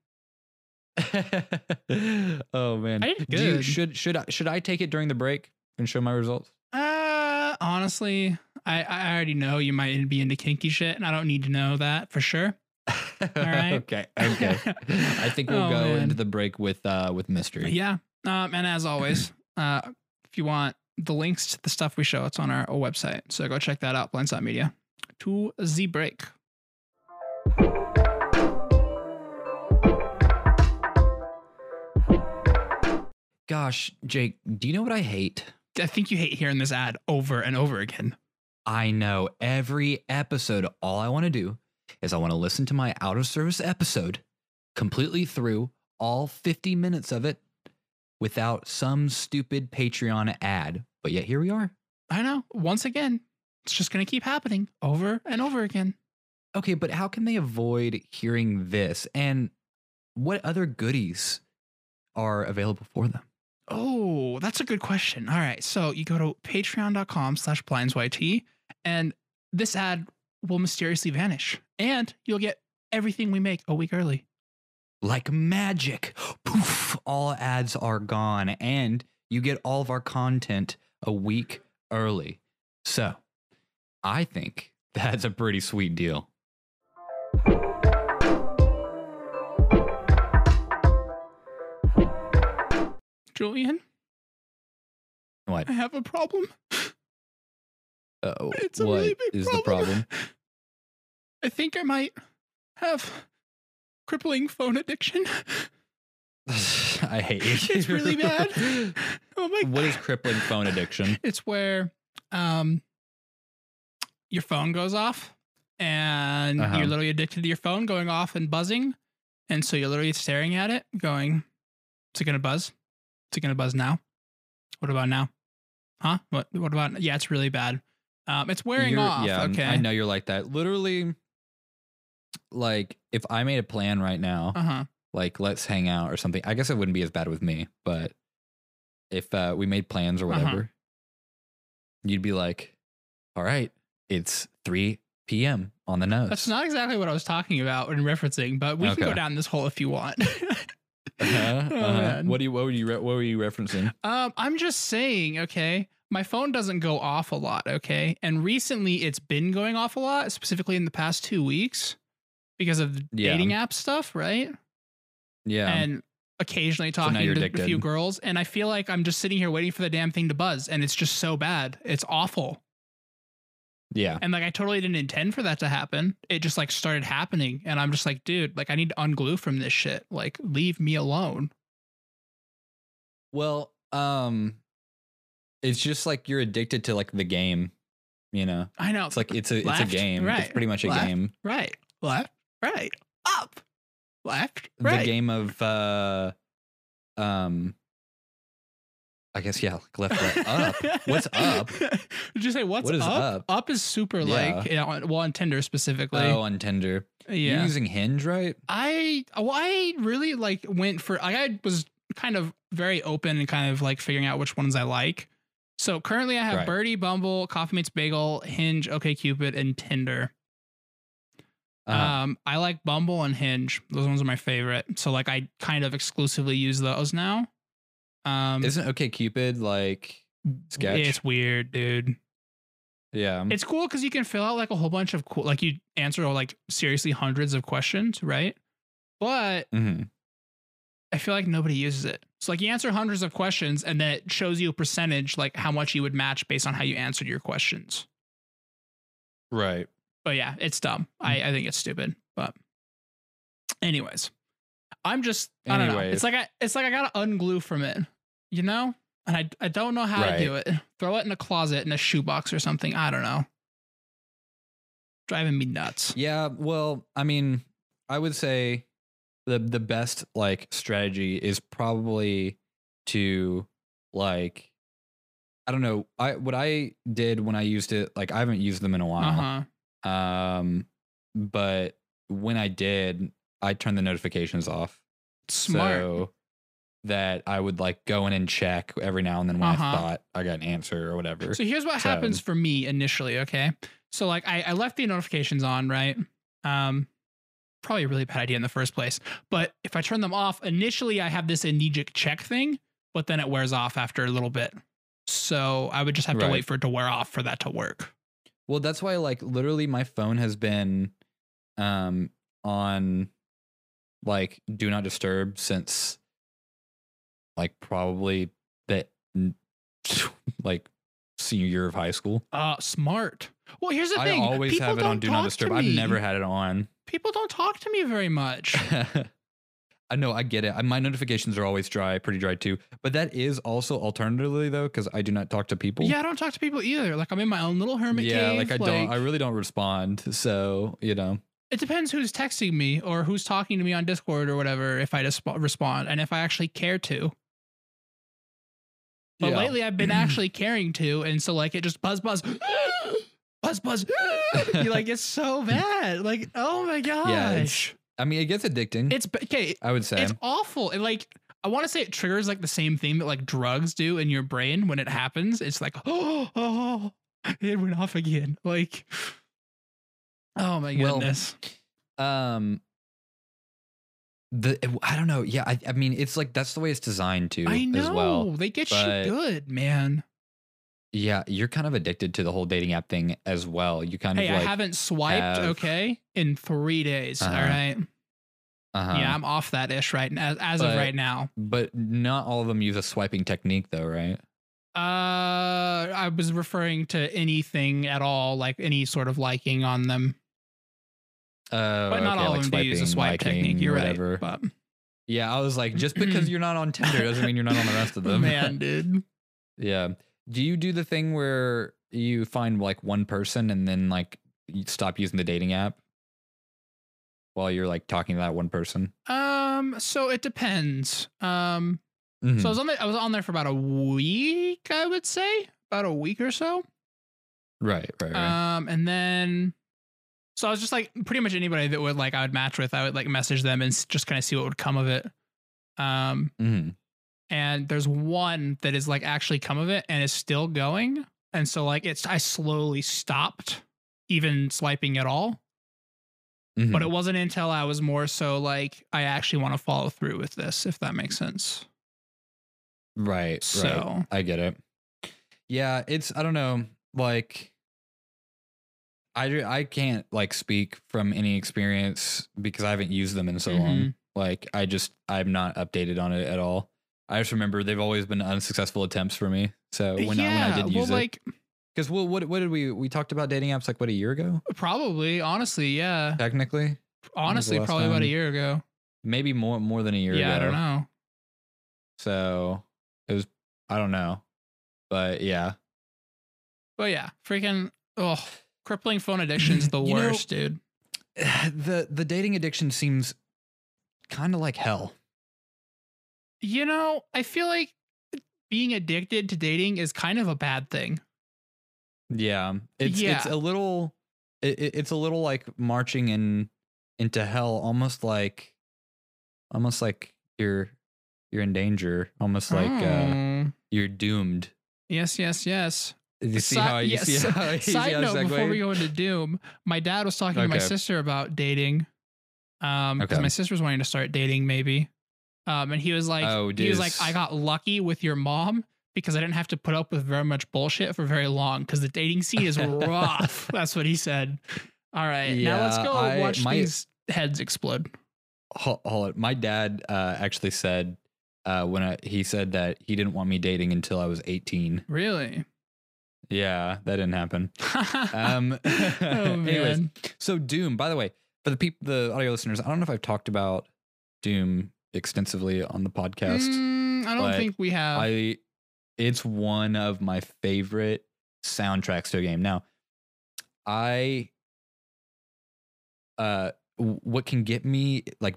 [SPEAKER 4] *laughs* oh man
[SPEAKER 3] I did
[SPEAKER 4] do you,
[SPEAKER 3] good.
[SPEAKER 4] should should i should i take it during the break and show my results
[SPEAKER 3] Uh honestly, I, I already know you might be into kinky shit and I don't need to know that for sure. right.
[SPEAKER 4] *laughs* okay. Okay. I think we'll
[SPEAKER 3] Oh,
[SPEAKER 4] go
[SPEAKER 3] man.
[SPEAKER 4] into the break with uh with mystery.
[SPEAKER 3] Yeah. Um and as always, uh if you want the links to the stuff we show. It's on our website. So go check that out, Blindside Media. To the break.
[SPEAKER 4] Gosh, Jake, do you know what I hate?
[SPEAKER 3] I think you hate hearing this ad over and over again.
[SPEAKER 4] I know every episode, all I want to do is I want to listen to my out of service episode completely through all 50 minutes of it without some stupid Patreon ad. But yet here we are.
[SPEAKER 3] I know. Once again, it's just going to keep happening over and over again.
[SPEAKER 4] Okay, but how can they avoid hearing this? And what other goodies are available for them?
[SPEAKER 3] Oh, that's a good question. All right. So you go to patreon.com slash blindsyt and this ad will mysteriously vanish and you'll get everything we make a week early.
[SPEAKER 4] Like magic, poof, all ads are gone and you get all of our content a week early. So I think *laughs* that's a pretty sweet deal.
[SPEAKER 3] Julian,
[SPEAKER 4] What?
[SPEAKER 3] I have a problem.
[SPEAKER 4] Oh,
[SPEAKER 3] *laughs* It's a
[SPEAKER 4] what
[SPEAKER 3] really big
[SPEAKER 4] is the problem?
[SPEAKER 3] problem. I think I might have crippling phone addiction. *laughs*
[SPEAKER 4] *sighs* I hate you.
[SPEAKER 3] It's really bad. Oh my
[SPEAKER 4] *laughs*
[SPEAKER 3] *laughs*
[SPEAKER 4] What is
[SPEAKER 3] God.
[SPEAKER 4] crippling phone addiction?
[SPEAKER 3] It's where um your phone goes off and
[SPEAKER 4] Uh-huh.
[SPEAKER 3] you're literally addicted to your phone going off and buzzing. And so you're literally staring at it, going, Is it gonna buzz? Is it gonna buzz now? What about now? Huh? What what about yeah, it's really bad. Um it's wearing
[SPEAKER 4] You're-
[SPEAKER 3] off.
[SPEAKER 4] Yeah,
[SPEAKER 3] okay.
[SPEAKER 4] I know you're like that. Literally, like if I made a plan right now,
[SPEAKER 3] Uh-huh.
[SPEAKER 4] like let's hang out or something. I guess it wouldn't be as bad with me, but if uh, we made plans or
[SPEAKER 3] Uh-huh.
[SPEAKER 4] whatever, you'd be like, "All right, it's three p.m. on the nose."
[SPEAKER 3] That's not exactly what I was talking about and referencing, but we can go
[SPEAKER 4] Okay.
[SPEAKER 3] down this hole if you want.
[SPEAKER 4] *laughs*
[SPEAKER 3] *laughs*
[SPEAKER 4] Uh-huh,
[SPEAKER 3] Oh,
[SPEAKER 4] uh-huh.
[SPEAKER 3] man.
[SPEAKER 4] What do you? What were you? Re- what were you referencing?
[SPEAKER 3] Um, I'm just saying, okay, my phone doesn't go off a lot, okay? And recently it's been going off a lot, specifically in the past two weeks because of the
[SPEAKER 4] Yeah.
[SPEAKER 3] dating app stuff, right?
[SPEAKER 4] Yeah.
[SPEAKER 3] And occasionally
[SPEAKER 4] now
[SPEAKER 3] talking
[SPEAKER 4] you're
[SPEAKER 3] to a few
[SPEAKER 4] addicted.
[SPEAKER 3] girls. And I feel like I'm just sitting here waiting for the damn thing to buzz. And it's just so bad. It's awful.
[SPEAKER 4] yeah.
[SPEAKER 3] And like, I totally didn't intend for that to happen. It just like started happening. And I'm just like, dude, like, I need to unglue from this shit. Like, leave me alone.
[SPEAKER 4] Well, um, it's just like you're addicted to like the game. You know,
[SPEAKER 3] I know.
[SPEAKER 4] it's like it's a
[SPEAKER 3] Left,
[SPEAKER 4] it's a game. It's
[SPEAKER 3] right,
[SPEAKER 4] pretty much a
[SPEAKER 3] left,
[SPEAKER 4] game.
[SPEAKER 3] right, left, right, up, left,
[SPEAKER 4] the
[SPEAKER 3] right. *laughs*
[SPEAKER 4] game of uh um I guess yeah, like left right up. What's up?
[SPEAKER 3] Did you say what's
[SPEAKER 4] What is
[SPEAKER 3] up?
[SPEAKER 4] up?
[SPEAKER 3] is super
[SPEAKER 4] Yeah.
[SPEAKER 3] like yeah, on- well on Tinder specifically.
[SPEAKER 4] Oh, on Tinder. You're
[SPEAKER 3] yeah.
[SPEAKER 4] using Hinge, right?
[SPEAKER 3] I well, I really like went for like, I was kind of very open and kind of like figuring out which ones I like. So currently I have
[SPEAKER 4] Right.
[SPEAKER 3] Birdie, Bumble, Coffee Mates Bagel, Hinge, OK Cupid, and Tinder.
[SPEAKER 4] Uh,
[SPEAKER 3] Um, I like Bumble and Hinge. Those ones are my favorite. So like I kind of exclusively use those now. Um,
[SPEAKER 4] Isn't okay Cupid like sketch? Hmm.
[SPEAKER 3] it's weird, dude.
[SPEAKER 4] yeah.
[SPEAKER 3] It's cool because you can fill out like a whole bunch of cool, like you answer like seriously hundreds of questions, right? But
[SPEAKER 4] Mhm.
[SPEAKER 3] I feel like nobody uses it. So like you answer hundreds of questions and then it shows you a percentage, like how much you would match based on how you answered your questions.
[SPEAKER 4] Right.
[SPEAKER 3] But yeah, it's dumb. I,
[SPEAKER 4] Hmm.
[SPEAKER 3] I think it's stupid. But anyways, I'm just I don't know.
[SPEAKER 4] Anyways.
[SPEAKER 3] It's like I it's like I gotta unglue from it, you know? And I I don't know how
[SPEAKER 4] Right.
[SPEAKER 3] to do it. Throw it in a closet in a shoebox or something. I don't know. Driving me nuts.
[SPEAKER 4] Yeah, well, I mean, I would say the the best like strategy is probably to like I don't know. I what I did when I used it, like I haven't used them in a while.
[SPEAKER 3] Uh huh.
[SPEAKER 4] Um, but when I did, I turned the notifications off
[SPEAKER 3] Smart.
[SPEAKER 4] so that I would like go in and check every now and then when I
[SPEAKER 3] Uh-huh.
[SPEAKER 4] thought I got an answer or whatever.
[SPEAKER 3] So here's what
[SPEAKER 4] So-
[SPEAKER 3] happens for me initially, okay? So like I, I left the notifications on, right? Um probably a really bad idea in the first place. But if I turn them off, initially I have this anegic check thing, but then it wears off after a little bit. So I would just have to
[SPEAKER 4] Right.
[SPEAKER 3] wait for it to wear off for that to work.
[SPEAKER 4] Well, that's why like literally my phone has been um on like do not disturb since like probably the *laughs* like senior year of high school.
[SPEAKER 3] Uh, smart. Well, here's the
[SPEAKER 4] I
[SPEAKER 3] thing.
[SPEAKER 4] always
[SPEAKER 3] People
[SPEAKER 4] have it on
[SPEAKER 3] don't
[SPEAKER 4] Do Not
[SPEAKER 3] talk to
[SPEAKER 4] Disturb. I've
[SPEAKER 3] me.
[SPEAKER 4] never had it on.
[SPEAKER 3] People don't talk to me very much.
[SPEAKER 4] *laughs* I know, I get it. I- My notifications are always dry, pretty dry too. But that is also alternatively though, because I do not talk to people.
[SPEAKER 3] yeah, I don't talk to people either. Like I'm in my own little hermit
[SPEAKER 4] yeah,
[SPEAKER 3] cave.
[SPEAKER 4] like I don't. I really don't respond. So you know,
[SPEAKER 3] it depends who's texting me or who's talking to me on Discord or whatever. If I just sp- respond and if I actually care to. But
[SPEAKER 4] Yeah.
[SPEAKER 3] lately, I've been actually caring to, and so like it just buzz buzz, *gasps* buzz buzz. *gasps* you like it's so bad. Like oh my gosh,
[SPEAKER 4] Yeah, it's- I mean, it gets addicting.
[SPEAKER 3] it's ba- okay.
[SPEAKER 4] I would say.
[SPEAKER 3] It's awful. It like I want to say it triggers like the same thing that like drugs do in your brain when it happens. It's like *gasps* oh, oh it went off again. Like *sighs* oh my
[SPEAKER 4] Well,
[SPEAKER 3] goodness.
[SPEAKER 4] um. The I don't know. Yeah, I, I mean, it's like that's the way it's designed too.
[SPEAKER 3] I know
[SPEAKER 4] As well.
[SPEAKER 3] they get
[SPEAKER 4] but-
[SPEAKER 3] you good, man.
[SPEAKER 4] Yeah, you're kind of addicted to the whole dating app thing as well. You kind
[SPEAKER 3] Hey,
[SPEAKER 4] of
[SPEAKER 3] I
[SPEAKER 4] like.
[SPEAKER 3] haven't swiped
[SPEAKER 4] have-
[SPEAKER 3] okay in three days. All
[SPEAKER 4] Uh-huh.
[SPEAKER 3] right,
[SPEAKER 4] uh-huh.
[SPEAKER 3] yeah, I'm off that ish right now. As of
[SPEAKER 4] But-
[SPEAKER 3] right now,
[SPEAKER 4] But not all of them use a swiping technique though, right?
[SPEAKER 3] uh, I was referring to anything at all, like any sort of liking on them,
[SPEAKER 4] Uh,
[SPEAKER 3] but not
[SPEAKER 4] okay,
[SPEAKER 3] all
[SPEAKER 4] like
[SPEAKER 3] of them do use a
[SPEAKER 4] swiping,
[SPEAKER 3] swipe technique.
[SPEAKER 4] liking,
[SPEAKER 3] You're
[SPEAKER 4] whatever.
[SPEAKER 3] right, but
[SPEAKER 4] Yeah, I was like, just because
[SPEAKER 3] *clears throat*
[SPEAKER 4] you're not on Tinder doesn't mean you're not on the rest of them.
[SPEAKER 3] Man, dude.
[SPEAKER 4] *laughs* yeah. Do you do the thing where you find like one person and then like you stop using the dating app while you're like talking to that one person?
[SPEAKER 3] Um, so it depends. Um, so I
[SPEAKER 4] Mhm.
[SPEAKER 3] was on there, I was on there for about a week, I would say, about a week or so.
[SPEAKER 4] right, right, right.
[SPEAKER 3] Um, and then so I was just like pretty much anybody that would like I would match with, I would like message them and s- just kind of see what would come of it. Um,
[SPEAKER 4] Mhm.
[SPEAKER 3] and there's one that is like actually come of it and is still going, and so like it's I slowly stopped even swiping at all,
[SPEAKER 4] Mhm.
[SPEAKER 3] but it wasn't until I was more so like I actually want to follow through with this, if that makes sense.
[SPEAKER 4] Right. right.
[SPEAKER 3] So
[SPEAKER 4] I get it. Yeah, it's I don't know, like I do- I can't like speak from any experience because I haven't used them in so
[SPEAKER 3] Mm-hmm.
[SPEAKER 4] long. Like I just I'm not updated on it at all. I just remember they've always been unsuccessful attempts for me. So Uh, when I when I did
[SPEAKER 3] well,
[SPEAKER 4] use it,
[SPEAKER 3] like
[SPEAKER 4] because well, what what did we we talked about dating apps like what a year ago
[SPEAKER 3] probably honestly, yeah,
[SPEAKER 4] technically
[SPEAKER 3] honestly,
[SPEAKER 4] last
[SPEAKER 3] probably about a
[SPEAKER 4] time?
[SPEAKER 3] year ago.
[SPEAKER 4] maybe more more than a year
[SPEAKER 3] yeah,
[SPEAKER 4] ago.
[SPEAKER 3] I don't know.
[SPEAKER 4] So it was I don't know, but yeah,
[SPEAKER 3] But yeah, freaking oh, crippling phone addiction's the
[SPEAKER 4] You know-
[SPEAKER 3] worst, dude.
[SPEAKER 4] *sighs* the the dating addiction seems kind of like hell.
[SPEAKER 3] You know, I feel like being addicted to dating is kind of a bad thing.
[SPEAKER 4] Yeah, it's it's
[SPEAKER 3] Yeah.
[SPEAKER 4] a little it, it- it's a little like marching in into hell, almost like almost like you're you're in danger, almost like uh,
[SPEAKER 3] Oh.
[SPEAKER 4] you're doomed.
[SPEAKER 3] yes, yes, yes.
[SPEAKER 4] You see how I- you
[SPEAKER 3] yes.
[SPEAKER 4] see how *laughs* I- you see
[SPEAKER 3] Side
[SPEAKER 4] how I
[SPEAKER 3] note: Before
[SPEAKER 4] segued?
[SPEAKER 3] we go into Doom, my dad was talking to my
[SPEAKER 4] Okay.
[SPEAKER 3] sister about dating, um, because
[SPEAKER 4] Okay.
[SPEAKER 3] my sister's wanting to start dating, maybe. Um, and he was like,
[SPEAKER 4] Oh,
[SPEAKER 3] he was like,
[SPEAKER 4] dis.
[SPEAKER 3] I got lucky with your mom because I didn't have to put up with very much bullshit for very long because the dating scene is
[SPEAKER 4] *laughs*
[SPEAKER 3] rough. That's what he said. All right, now let's
[SPEAKER 4] Yeah,
[SPEAKER 3] go
[SPEAKER 4] I-
[SPEAKER 3] watch
[SPEAKER 4] my-
[SPEAKER 3] these heads explode.
[SPEAKER 4] Hol- hold on. My dad uh, actually said uh, when I, he said that he didn't want me dating until I was 18.
[SPEAKER 3] Really?
[SPEAKER 4] Yeah, that
[SPEAKER 3] *laughs*
[SPEAKER 4] didn't happen. Um, *laughs*
[SPEAKER 3] oh
[SPEAKER 4] anyways,
[SPEAKER 3] man.
[SPEAKER 4] So Doom, by the way, for the peop- the audio listeners, I don't know if I've talked about Doom extensively on the podcast.
[SPEAKER 3] Mm, I don't
[SPEAKER 4] Like,
[SPEAKER 3] think we have. *laughs*
[SPEAKER 4] I it's one of my favorite soundtracks to a game. Now, I uh w- what can get me like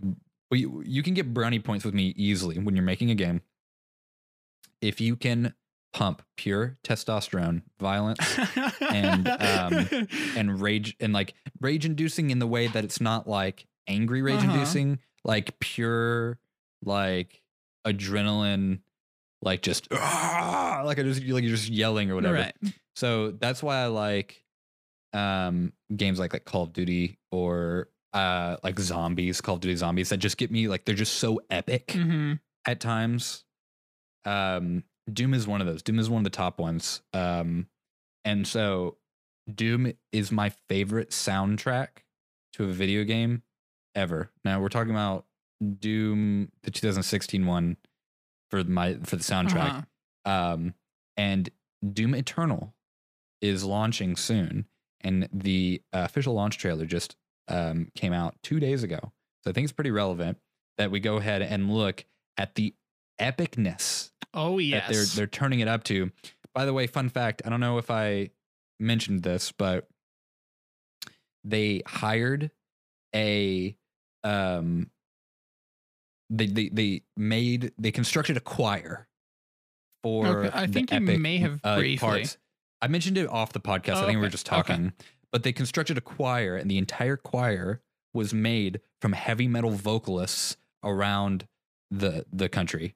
[SPEAKER 4] well, you, you can get brownie points with me easily when you're making a game if you can pump pure testosterone, violence, and, um, and rage and like rage inducing in the way that it's not like angry rage
[SPEAKER 3] Uh-huh.
[SPEAKER 4] inducing, like pure like adrenaline, like just "Ah!" like I just like you're just yelling or whatever.
[SPEAKER 3] Right.
[SPEAKER 4] So that's why I like um games like like Call of Duty or uh like zombies, Call of Duty zombies that just get me like they're just so epic
[SPEAKER 3] hmm
[SPEAKER 4] at times. Um, Doom is one of those. Doom is one of the top ones. Um, and so Doom is my favorite soundtrack to a video game ever. Now we're talking about Doom, the 2016 one for my for the soundtrack.
[SPEAKER 3] Uh-huh.
[SPEAKER 4] Um, and Doom Eternal is launching soon, and the uh, official launch trailer just um, came out two days ago. So I think it's pretty relevant that we go ahead and look at the epicness
[SPEAKER 3] Oh
[SPEAKER 4] that they're
[SPEAKER 3] yes.
[SPEAKER 4] they're turning it up to. By the way, fun fact: I don't know if I mentioned this, but they hired a um they they they made they constructed a choir for
[SPEAKER 3] Okay, I
[SPEAKER 4] the
[SPEAKER 3] think you
[SPEAKER 4] epic,
[SPEAKER 3] may have
[SPEAKER 4] uh,
[SPEAKER 3] briefly.
[SPEAKER 4] parts. I mentioned it off the podcast. I
[SPEAKER 3] Oh,
[SPEAKER 4] think we were
[SPEAKER 3] okay,
[SPEAKER 4] just
[SPEAKER 3] okay.
[SPEAKER 4] talking, but they constructed a choir, and the entire choir was made from heavy metal vocalists around the the country.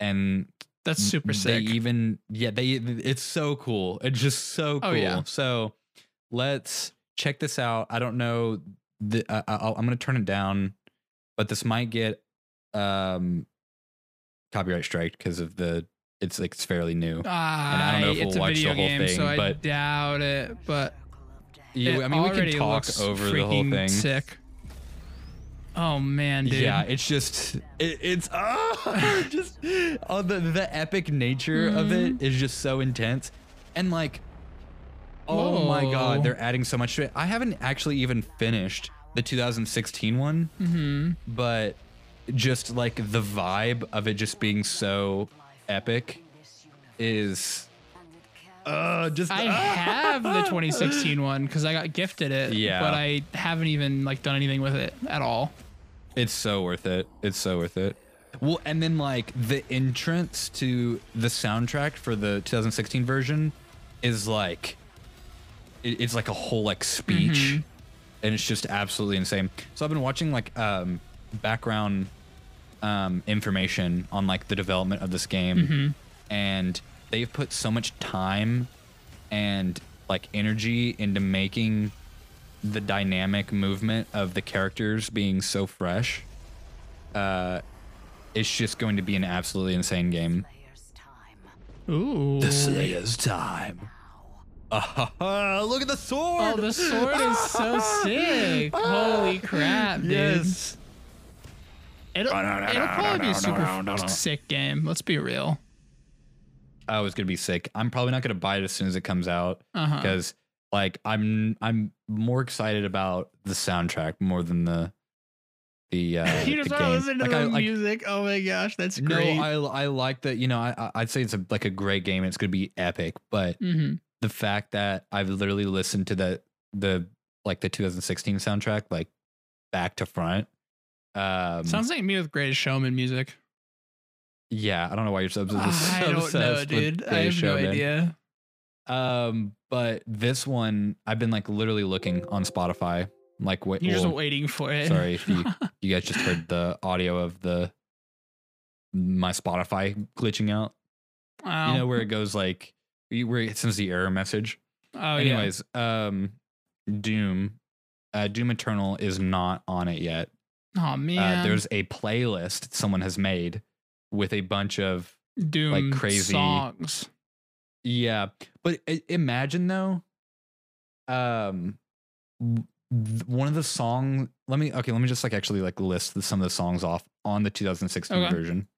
[SPEAKER 4] And
[SPEAKER 3] That's super
[SPEAKER 4] they
[SPEAKER 3] sick.
[SPEAKER 4] even yeah, they it's so cool. It's just so cool.
[SPEAKER 3] Oh, yeah.
[SPEAKER 4] So let's check this out. I don't know. The, uh, I'll, I'm gonna turn it down, but this might get um copyright strike because of the it's like it's fairly new.
[SPEAKER 3] I
[SPEAKER 4] don't know if we'll
[SPEAKER 3] it's
[SPEAKER 4] watch
[SPEAKER 3] a
[SPEAKER 4] the
[SPEAKER 3] video
[SPEAKER 4] whole
[SPEAKER 3] game,
[SPEAKER 4] thing,
[SPEAKER 3] so I
[SPEAKER 4] but-
[SPEAKER 3] doubt it. But
[SPEAKER 4] You,
[SPEAKER 3] it
[SPEAKER 4] I mean, we can
[SPEAKER 3] already
[SPEAKER 4] talk
[SPEAKER 3] looks
[SPEAKER 4] over the whole
[SPEAKER 3] freaking
[SPEAKER 4] thing.
[SPEAKER 3] Sick. Oh man, dude.
[SPEAKER 4] Yeah, it's just it, it's *laughs* oh, just oh, the the epic nature of
[SPEAKER 3] Mm-hmm.
[SPEAKER 4] it is just so intense, and like, oh my
[SPEAKER 3] Whoa.
[SPEAKER 4] god, they're adding so much to it. I haven't actually even finished the 2016 one,
[SPEAKER 3] Mm-hmm.
[SPEAKER 4] but just like the vibe of it just being so epic is, uh, just
[SPEAKER 3] I
[SPEAKER 4] ah.
[SPEAKER 3] have the 2016
[SPEAKER 4] *laughs*
[SPEAKER 3] one because I got gifted it.
[SPEAKER 4] Yeah.
[SPEAKER 3] But I haven't even like done anything with it at all.
[SPEAKER 4] It's so worth it. It's so worth it. Well, and then like the entrance to the soundtrack for the 2016 version is like it- it's like a whole like speech and it's just absolutely insane. So I've been watching like um background um information on like the development of this game and they've put so much time and like energy into making the dynamic movement of the characters being so fresh, uh, it's just going to be an absolutely insane game.
[SPEAKER 3] Ooh.
[SPEAKER 4] Slayer's time. Ah, look at the sword! Ah,
[SPEAKER 3] Oh, the sword is
[SPEAKER 4] *laughs*
[SPEAKER 3] so sick. Holy crap, dude.
[SPEAKER 4] yes.
[SPEAKER 3] It'll, it'll probably be a super sick game. Let's be real.
[SPEAKER 4] Oh, it's gonna be sick. I'm probably not gonna buy it as soon as it comes out
[SPEAKER 3] Uh-huh.
[SPEAKER 4] because, like, I'm I'm more excited about the soundtrack more than the
[SPEAKER 3] *laughs*
[SPEAKER 4] the. Uh,
[SPEAKER 3] You
[SPEAKER 4] the
[SPEAKER 3] just want to
[SPEAKER 4] game.
[SPEAKER 3] listen to
[SPEAKER 4] Like,
[SPEAKER 3] the
[SPEAKER 4] I- like,
[SPEAKER 3] music. Oh my gosh, that's
[SPEAKER 4] No,
[SPEAKER 3] great.
[SPEAKER 4] I I like that. You know, I I- I'd say it's a, like a great game. It's gonna be epic, but
[SPEAKER 3] hmm
[SPEAKER 4] the fact that I've literally listened to the the like the 2016 soundtrack like back to front. Um,
[SPEAKER 3] Sounds like me with Greatest Showman music. Ah,
[SPEAKER 4] yeah, I don't know why you're so *laughs* obsessed.
[SPEAKER 3] I don't know,
[SPEAKER 4] obsessed with
[SPEAKER 3] dude. I
[SPEAKER 4] Greatest
[SPEAKER 3] have no
[SPEAKER 4] Showman.
[SPEAKER 3] idea.
[SPEAKER 4] Um, but this one I've been like literally looking on Spotify. Like wait,
[SPEAKER 3] You're just
[SPEAKER 4] well,
[SPEAKER 3] waiting for it. *laughs*
[SPEAKER 4] sorry if you you guys just heard the audio of the my Spotify glitching out.
[SPEAKER 3] Wow.
[SPEAKER 4] You know where it goes like you- where it sends the error message.
[SPEAKER 3] oh, yeah.
[SPEAKER 4] Anyways, um, Doom, uh, Doom Eternal is not on it yet.
[SPEAKER 3] Oh man,
[SPEAKER 4] Uh, there's a playlist someone has made with a bunch of
[SPEAKER 3] Doom
[SPEAKER 4] crazy-
[SPEAKER 3] songs.
[SPEAKER 4] yeah. But i- imagine though, um, w- th- one of the song. Let me okay. Let me just like actually like list the, some of the songs off on the 2016
[SPEAKER 3] Okay.
[SPEAKER 4] version.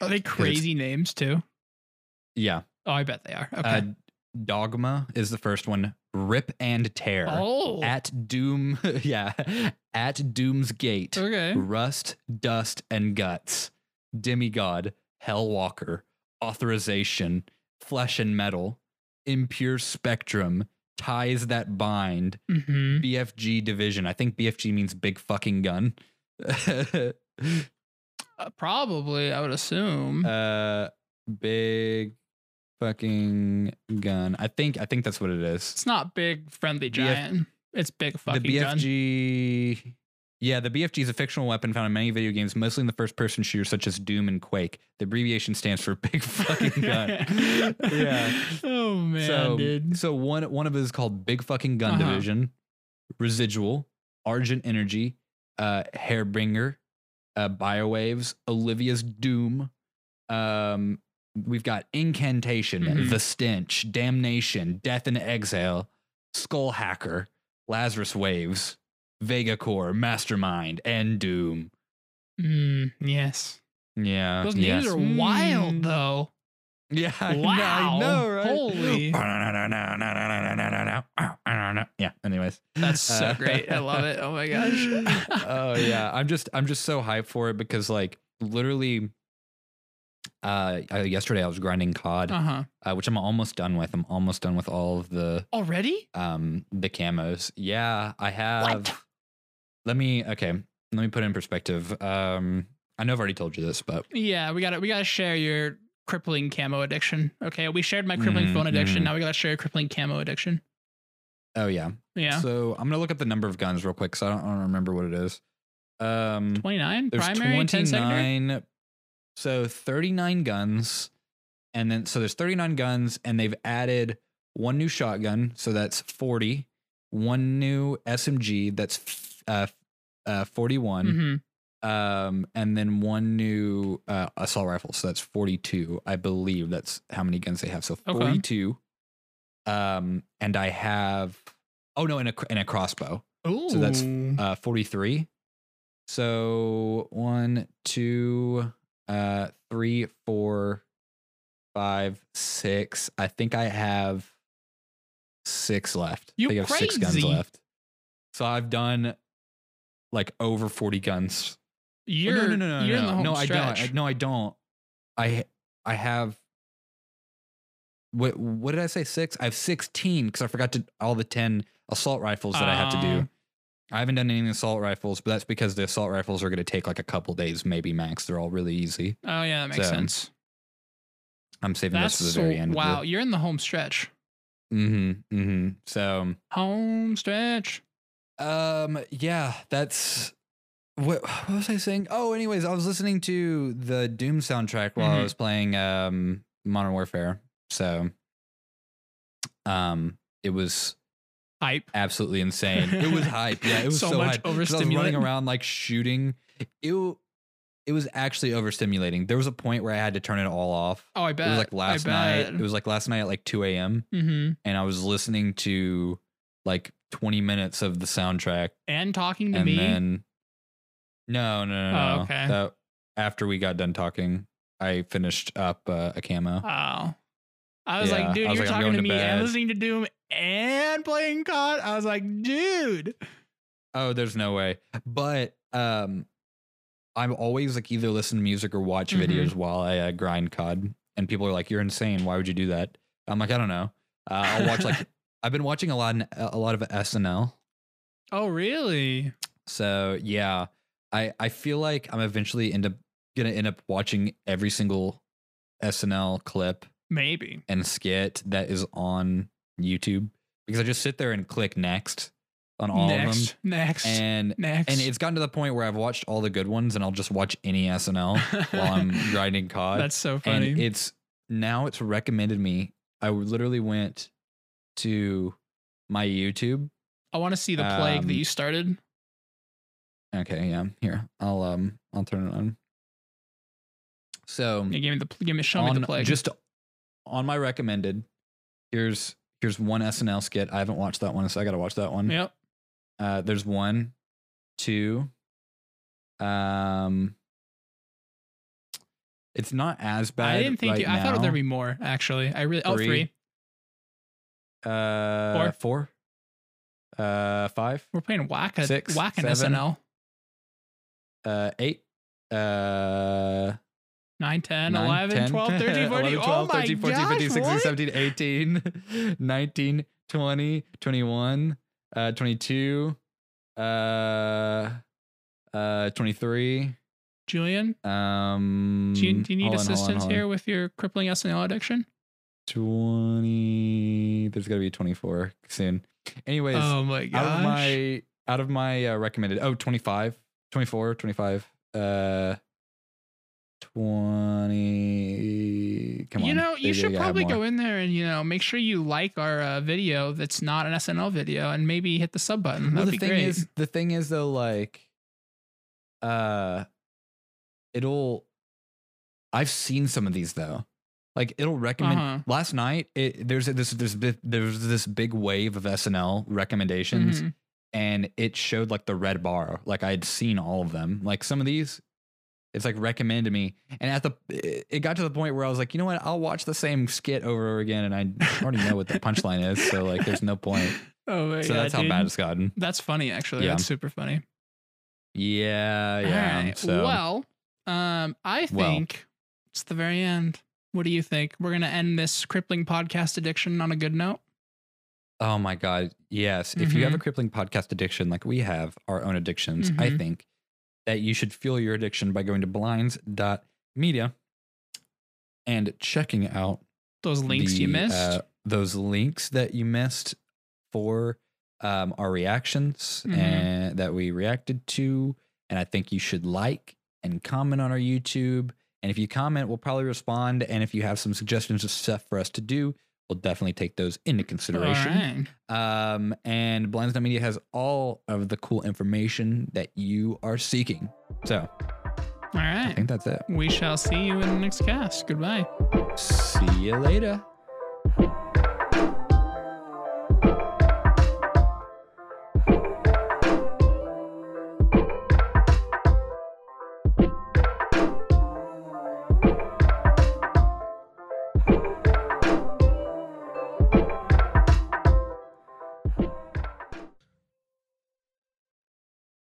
[SPEAKER 3] Are they crazy names too?
[SPEAKER 4] Yeah.
[SPEAKER 3] Oh, I bet they are.
[SPEAKER 4] Uh,
[SPEAKER 3] Okay.
[SPEAKER 4] Dogma is the first one. Rip and tear.
[SPEAKER 3] oh,
[SPEAKER 4] At Doom, *laughs* yeah, at Doom's Gate.
[SPEAKER 3] okay.
[SPEAKER 4] Rust, Dust, and Guts, Demigod, Hellwalker, Authorization, Flesh and Metal, Impure Spectrum, Ties That Bind,
[SPEAKER 3] hmm
[SPEAKER 4] BFG Division. I think BFG means Big Fucking Gun. *laughs*
[SPEAKER 3] Uh, probably, I would assume.
[SPEAKER 4] uh, big Fucking Gun. I think I think that's what it is.
[SPEAKER 3] it's not big friendly
[SPEAKER 4] BF
[SPEAKER 3] giant. it's big fucking
[SPEAKER 4] the
[SPEAKER 3] gun.
[SPEAKER 4] BFG. Yeah, the BFG is a fictional weapon found in many video games, mostly in the first-person shooter such as Doom and Quake. The abbreviation stands for *laughs* Big
[SPEAKER 3] *laughs*
[SPEAKER 4] Fucking Gun. yeah.
[SPEAKER 3] Oh man,
[SPEAKER 4] so,
[SPEAKER 3] dude.
[SPEAKER 4] so one one of it is called Big Fucking Gun
[SPEAKER 3] Uh-huh.
[SPEAKER 4] Division, Residual, Argent Energy, uh, Hairbringer, uh, Biowaves, Olivia's Doom. Um, we've got Incantation,
[SPEAKER 3] Mhm.
[SPEAKER 4] The Stench, Damnation, Death and Exhale, Skull Hacker, Lazarus Waves, Vega Core, Mastermind, and Doom.
[SPEAKER 3] Mm, yes.
[SPEAKER 4] Yeah.
[SPEAKER 3] Those
[SPEAKER 4] yes.
[SPEAKER 3] names are wild
[SPEAKER 4] Mm.
[SPEAKER 3] though.
[SPEAKER 4] *laughs* Yeah. I know-
[SPEAKER 3] Wow.
[SPEAKER 4] I know, right? *laughs*
[SPEAKER 3] Holy.
[SPEAKER 4] Yeah. Anyways.
[SPEAKER 3] That's so
[SPEAKER 4] Uh,
[SPEAKER 3] great. I love it. Oh
[SPEAKER 4] *laughs*
[SPEAKER 3] my *laughs* gosh.
[SPEAKER 4] oh yeah. I'm just I'm just so hyped for it because like literally uh uh, yesterday I was grinding COD,
[SPEAKER 3] Uh huh.
[SPEAKER 4] uh, which I'm almost done with. I'm almost done with all of the
[SPEAKER 3] Already?
[SPEAKER 4] um the camos. Yeah, I have let me okay, let me put it in perspective. Um I know I've already told you this, but
[SPEAKER 3] Yeah, we gotta we gotta share your crippling camo addiction. Okay, we shared my crippling
[SPEAKER 4] Mhm,
[SPEAKER 3] phone addiction.
[SPEAKER 4] mhm.
[SPEAKER 3] Now we gotta share your crippling camo addiction.
[SPEAKER 4] oh yeah.
[SPEAKER 3] Yeah,
[SPEAKER 4] So I'm gonna look up the number of guns real quick because I don't, I don't remember what it is. Um,
[SPEAKER 3] twenty nine
[SPEAKER 4] there's
[SPEAKER 3] primary, ten secondary.
[SPEAKER 4] 29. So 39 guns, and then so there's 39 guns, and they've added one new shotgun, so that's 40. One new SMG, that's f- uh, uh, 41.
[SPEAKER 3] Mm-hmm.
[SPEAKER 4] Um, and then one new uh, assault rifle, so that's 42. I believe that's how many guns they have. So
[SPEAKER 3] Okay.
[SPEAKER 4] 42. Um, and I have oh no, and a cr- and a crossbow
[SPEAKER 3] Ooh,
[SPEAKER 4] so that's,
[SPEAKER 3] Mm-hmm.
[SPEAKER 4] uh, 43. So one, two, uh, three, four, five, six. I think I have six left.
[SPEAKER 3] You
[SPEAKER 4] I think I have six guns
[SPEAKER 3] crazy.
[SPEAKER 4] left. So I've done like over 40 guns. Oh,
[SPEAKER 3] you're
[SPEAKER 4] no, no, no, no,
[SPEAKER 3] you're
[SPEAKER 4] no.
[SPEAKER 3] in the home
[SPEAKER 4] no,
[SPEAKER 3] stretch.
[SPEAKER 4] I don't. I- no, I don't. I I have. What what did I say? Six. I have sixteen because I forgot to all the ten assault rifles that I have to
[SPEAKER 3] Oh.
[SPEAKER 4] do. I haven't done any assault rifles, but that's because the assault rifles are going to take like a couple days, maybe max. They're all really easy.
[SPEAKER 3] oh yeah, that makes
[SPEAKER 4] So,
[SPEAKER 3] sense.
[SPEAKER 4] I'm saving
[SPEAKER 3] That's
[SPEAKER 4] those for the
[SPEAKER 3] so-
[SPEAKER 4] very end.
[SPEAKER 3] wow. You're in the home stretch.
[SPEAKER 4] Mm-hmm. Mm-hmm. So,
[SPEAKER 3] Home stretch.
[SPEAKER 4] um, yeah, that's what, what was I saying? Oh, anyways, I was listening to the Doom soundtrack while
[SPEAKER 3] Mhm.
[SPEAKER 4] I was playing um Modern Warfare. So, um, it was
[SPEAKER 3] Hype.
[SPEAKER 4] absolutely insane.
[SPEAKER 3] *laughs*
[SPEAKER 4] It was hype. Yeah, it was
[SPEAKER 3] So
[SPEAKER 4] so,
[SPEAKER 3] much
[SPEAKER 4] hype. 'Cause I was running
[SPEAKER 3] overstimulating.
[SPEAKER 4] around like shooting. It w- it was actually overstimulating. There was a point where I had to turn it all off.
[SPEAKER 3] Oh, I bet.
[SPEAKER 4] It was like last
[SPEAKER 3] I
[SPEAKER 4] night.
[SPEAKER 3] bet.
[SPEAKER 4] It was like last night at like 2 a.m.
[SPEAKER 3] mm-hmm.
[SPEAKER 4] and I was listening to like 20 minutes of the soundtrack
[SPEAKER 3] And talking to
[SPEAKER 4] and
[SPEAKER 3] me.
[SPEAKER 4] then no, no, no,
[SPEAKER 3] Oh,
[SPEAKER 4] no.
[SPEAKER 3] okay.
[SPEAKER 4] That, after we got done talking, I finished up uh, a camo.
[SPEAKER 3] Wow. I was
[SPEAKER 4] Yeah,
[SPEAKER 3] like, dude,
[SPEAKER 4] I was
[SPEAKER 3] you're
[SPEAKER 4] like, I'm
[SPEAKER 3] talking
[SPEAKER 4] going
[SPEAKER 3] to
[SPEAKER 4] to
[SPEAKER 3] me and
[SPEAKER 4] bed.
[SPEAKER 3] listening to Doom and playing COD. I was like, dude.
[SPEAKER 4] Oh, there's no way. But um, I'm always like either listen to music or watch
[SPEAKER 3] Mhm.
[SPEAKER 4] videos while I uh, grind COD, and people are like, "You're insane. Why would you do that?" I'm like, I don't know. Uh, I'll watch
[SPEAKER 3] *laughs*
[SPEAKER 4] like I've been watching a lot a lot of SNL.
[SPEAKER 3] Oh, really?
[SPEAKER 4] So yeah, I I feel like I'm eventually end up gonna end up watching every single SNL clip
[SPEAKER 3] Maybe.
[SPEAKER 4] and skit that is on YouTube because I just sit there and click next on all
[SPEAKER 3] next,
[SPEAKER 4] of them
[SPEAKER 3] Next.
[SPEAKER 4] and
[SPEAKER 3] next.
[SPEAKER 4] and it's gotten to the point where I've watched all the good ones and I'll just watch any
[SPEAKER 3] *laughs*
[SPEAKER 4] SNL while I'm grinding COD.
[SPEAKER 3] That's so
[SPEAKER 4] and
[SPEAKER 3] funny.
[SPEAKER 4] it's now it's recommended me. I literally went to my YouTube.
[SPEAKER 3] I want to see the plague that
[SPEAKER 4] um,
[SPEAKER 3] you started.
[SPEAKER 4] Okay, yeah, here I'll um I'll turn it on. So
[SPEAKER 3] Yeah, give me the pl- give me show me
[SPEAKER 4] on-
[SPEAKER 3] the plague.
[SPEAKER 4] Just on my recommended, here's here's one SNL skit. I haven't watched that one, so I gotta watch that one.
[SPEAKER 3] yep.
[SPEAKER 4] Uh, there's one, two. Um, it's not as bad.
[SPEAKER 3] I didn't think.
[SPEAKER 4] right
[SPEAKER 3] you, I thought
[SPEAKER 4] now.
[SPEAKER 3] there'd be more. Actually, I really. Oh,
[SPEAKER 4] Three.
[SPEAKER 3] three.
[SPEAKER 4] uh, four, uh, five,
[SPEAKER 3] We're playing whack a,
[SPEAKER 4] Six,
[SPEAKER 3] whack an
[SPEAKER 4] seven.
[SPEAKER 3] SNL.
[SPEAKER 4] uh, eight, uh,
[SPEAKER 3] 9, 10,
[SPEAKER 4] 9,
[SPEAKER 3] 11,
[SPEAKER 4] 10, *laughs*
[SPEAKER 3] 12, 13, 14.
[SPEAKER 4] 11,
[SPEAKER 3] oh
[SPEAKER 4] 12,
[SPEAKER 3] my
[SPEAKER 4] 13, 14,
[SPEAKER 3] gosh,
[SPEAKER 4] 15, 16,
[SPEAKER 3] what?
[SPEAKER 4] 17, *laughs* 18, 19, 20, 21, uh, 22, uh, uh, 23.
[SPEAKER 3] Julian,
[SPEAKER 4] Um,
[SPEAKER 3] do you, do you need
[SPEAKER 4] hold on, hold on,
[SPEAKER 3] assistance
[SPEAKER 4] hold on.
[SPEAKER 3] here with your crippling SNL addiction?
[SPEAKER 4] 20 there's got to be 24 soon anyways
[SPEAKER 3] Oh my gosh.
[SPEAKER 4] out of my out of my uh, recommended oh 25 24 25 uh 20 come on
[SPEAKER 3] you know, you
[SPEAKER 4] They-
[SPEAKER 3] should
[SPEAKER 4] they gotta have
[SPEAKER 3] probably
[SPEAKER 4] more.
[SPEAKER 3] go in there and you know make sure you like our uh, video that's not an SNL video, and maybe hit the sub button.
[SPEAKER 4] well
[SPEAKER 3] That'd be
[SPEAKER 4] the thing
[SPEAKER 3] great.
[SPEAKER 4] is the thing is though like uh it'll i've seen some of these though like it'll recommend
[SPEAKER 3] Uh-huh.
[SPEAKER 4] last night it there's this this this- there's this big wave of snl recommendations
[SPEAKER 3] Mhm.
[SPEAKER 4] and it showed like the red bar. Like I had seen all of them. Like some of these, It's like recommend to me. And at the it it got to the point where I was like, you know what? I'll watch the same skit over and over again, and I already know what the punchline is. So like, there's no point.
[SPEAKER 3] *laughs* Oh my
[SPEAKER 4] So
[SPEAKER 3] god,
[SPEAKER 4] that's how
[SPEAKER 3] dude.
[SPEAKER 4] bad it's gotten.
[SPEAKER 3] That's funny, actually.
[SPEAKER 4] Yeah.
[SPEAKER 3] That's super funny.
[SPEAKER 4] Yeah,
[SPEAKER 3] All
[SPEAKER 4] yeah.
[SPEAKER 3] right.
[SPEAKER 4] So
[SPEAKER 3] Well, um, I
[SPEAKER 4] Well.
[SPEAKER 3] think it's the very end. What do you think? We're gonna end this crippling podcast addiction on a good note.
[SPEAKER 4] Oh my God. Yes. If you have
[SPEAKER 3] Mhm.
[SPEAKER 4] a crippling podcast addiction, like we have our own addictions, I
[SPEAKER 3] Mhm.
[SPEAKER 4] think that you should fuel your addiction by going to blinds.media and checking out
[SPEAKER 3] Those links you
[SPEAKER 4] the,
[SPEAKER 3] missed.
[SPEAKER 4] uh, those links that you missed for um, our reactions
[SPEAKER 3] Mhm.
[SPEAKER 4] and that we reacted to. And I think you should like and comment on our YouTube. And if you comment, we'll probably respond. And if you have some suggestions of stuff for us to do, we'll definitely take those into
[SPEAKER 3] All
[SPEAKER 4] consideration.
[SPEAKER 3] right.
[SPEAKER 4] Um, and Blinds Not Media has all of the cool information that you are seeking. So
[SPEAKER 3] All
[SPEAKER 4] I
[SPEAKER 3] right.
[SPEAKER 4] think that's it.
[SPEAKER 3] We shall see you in the next cast. Goodbye.
[SPEAKER 4] See you later.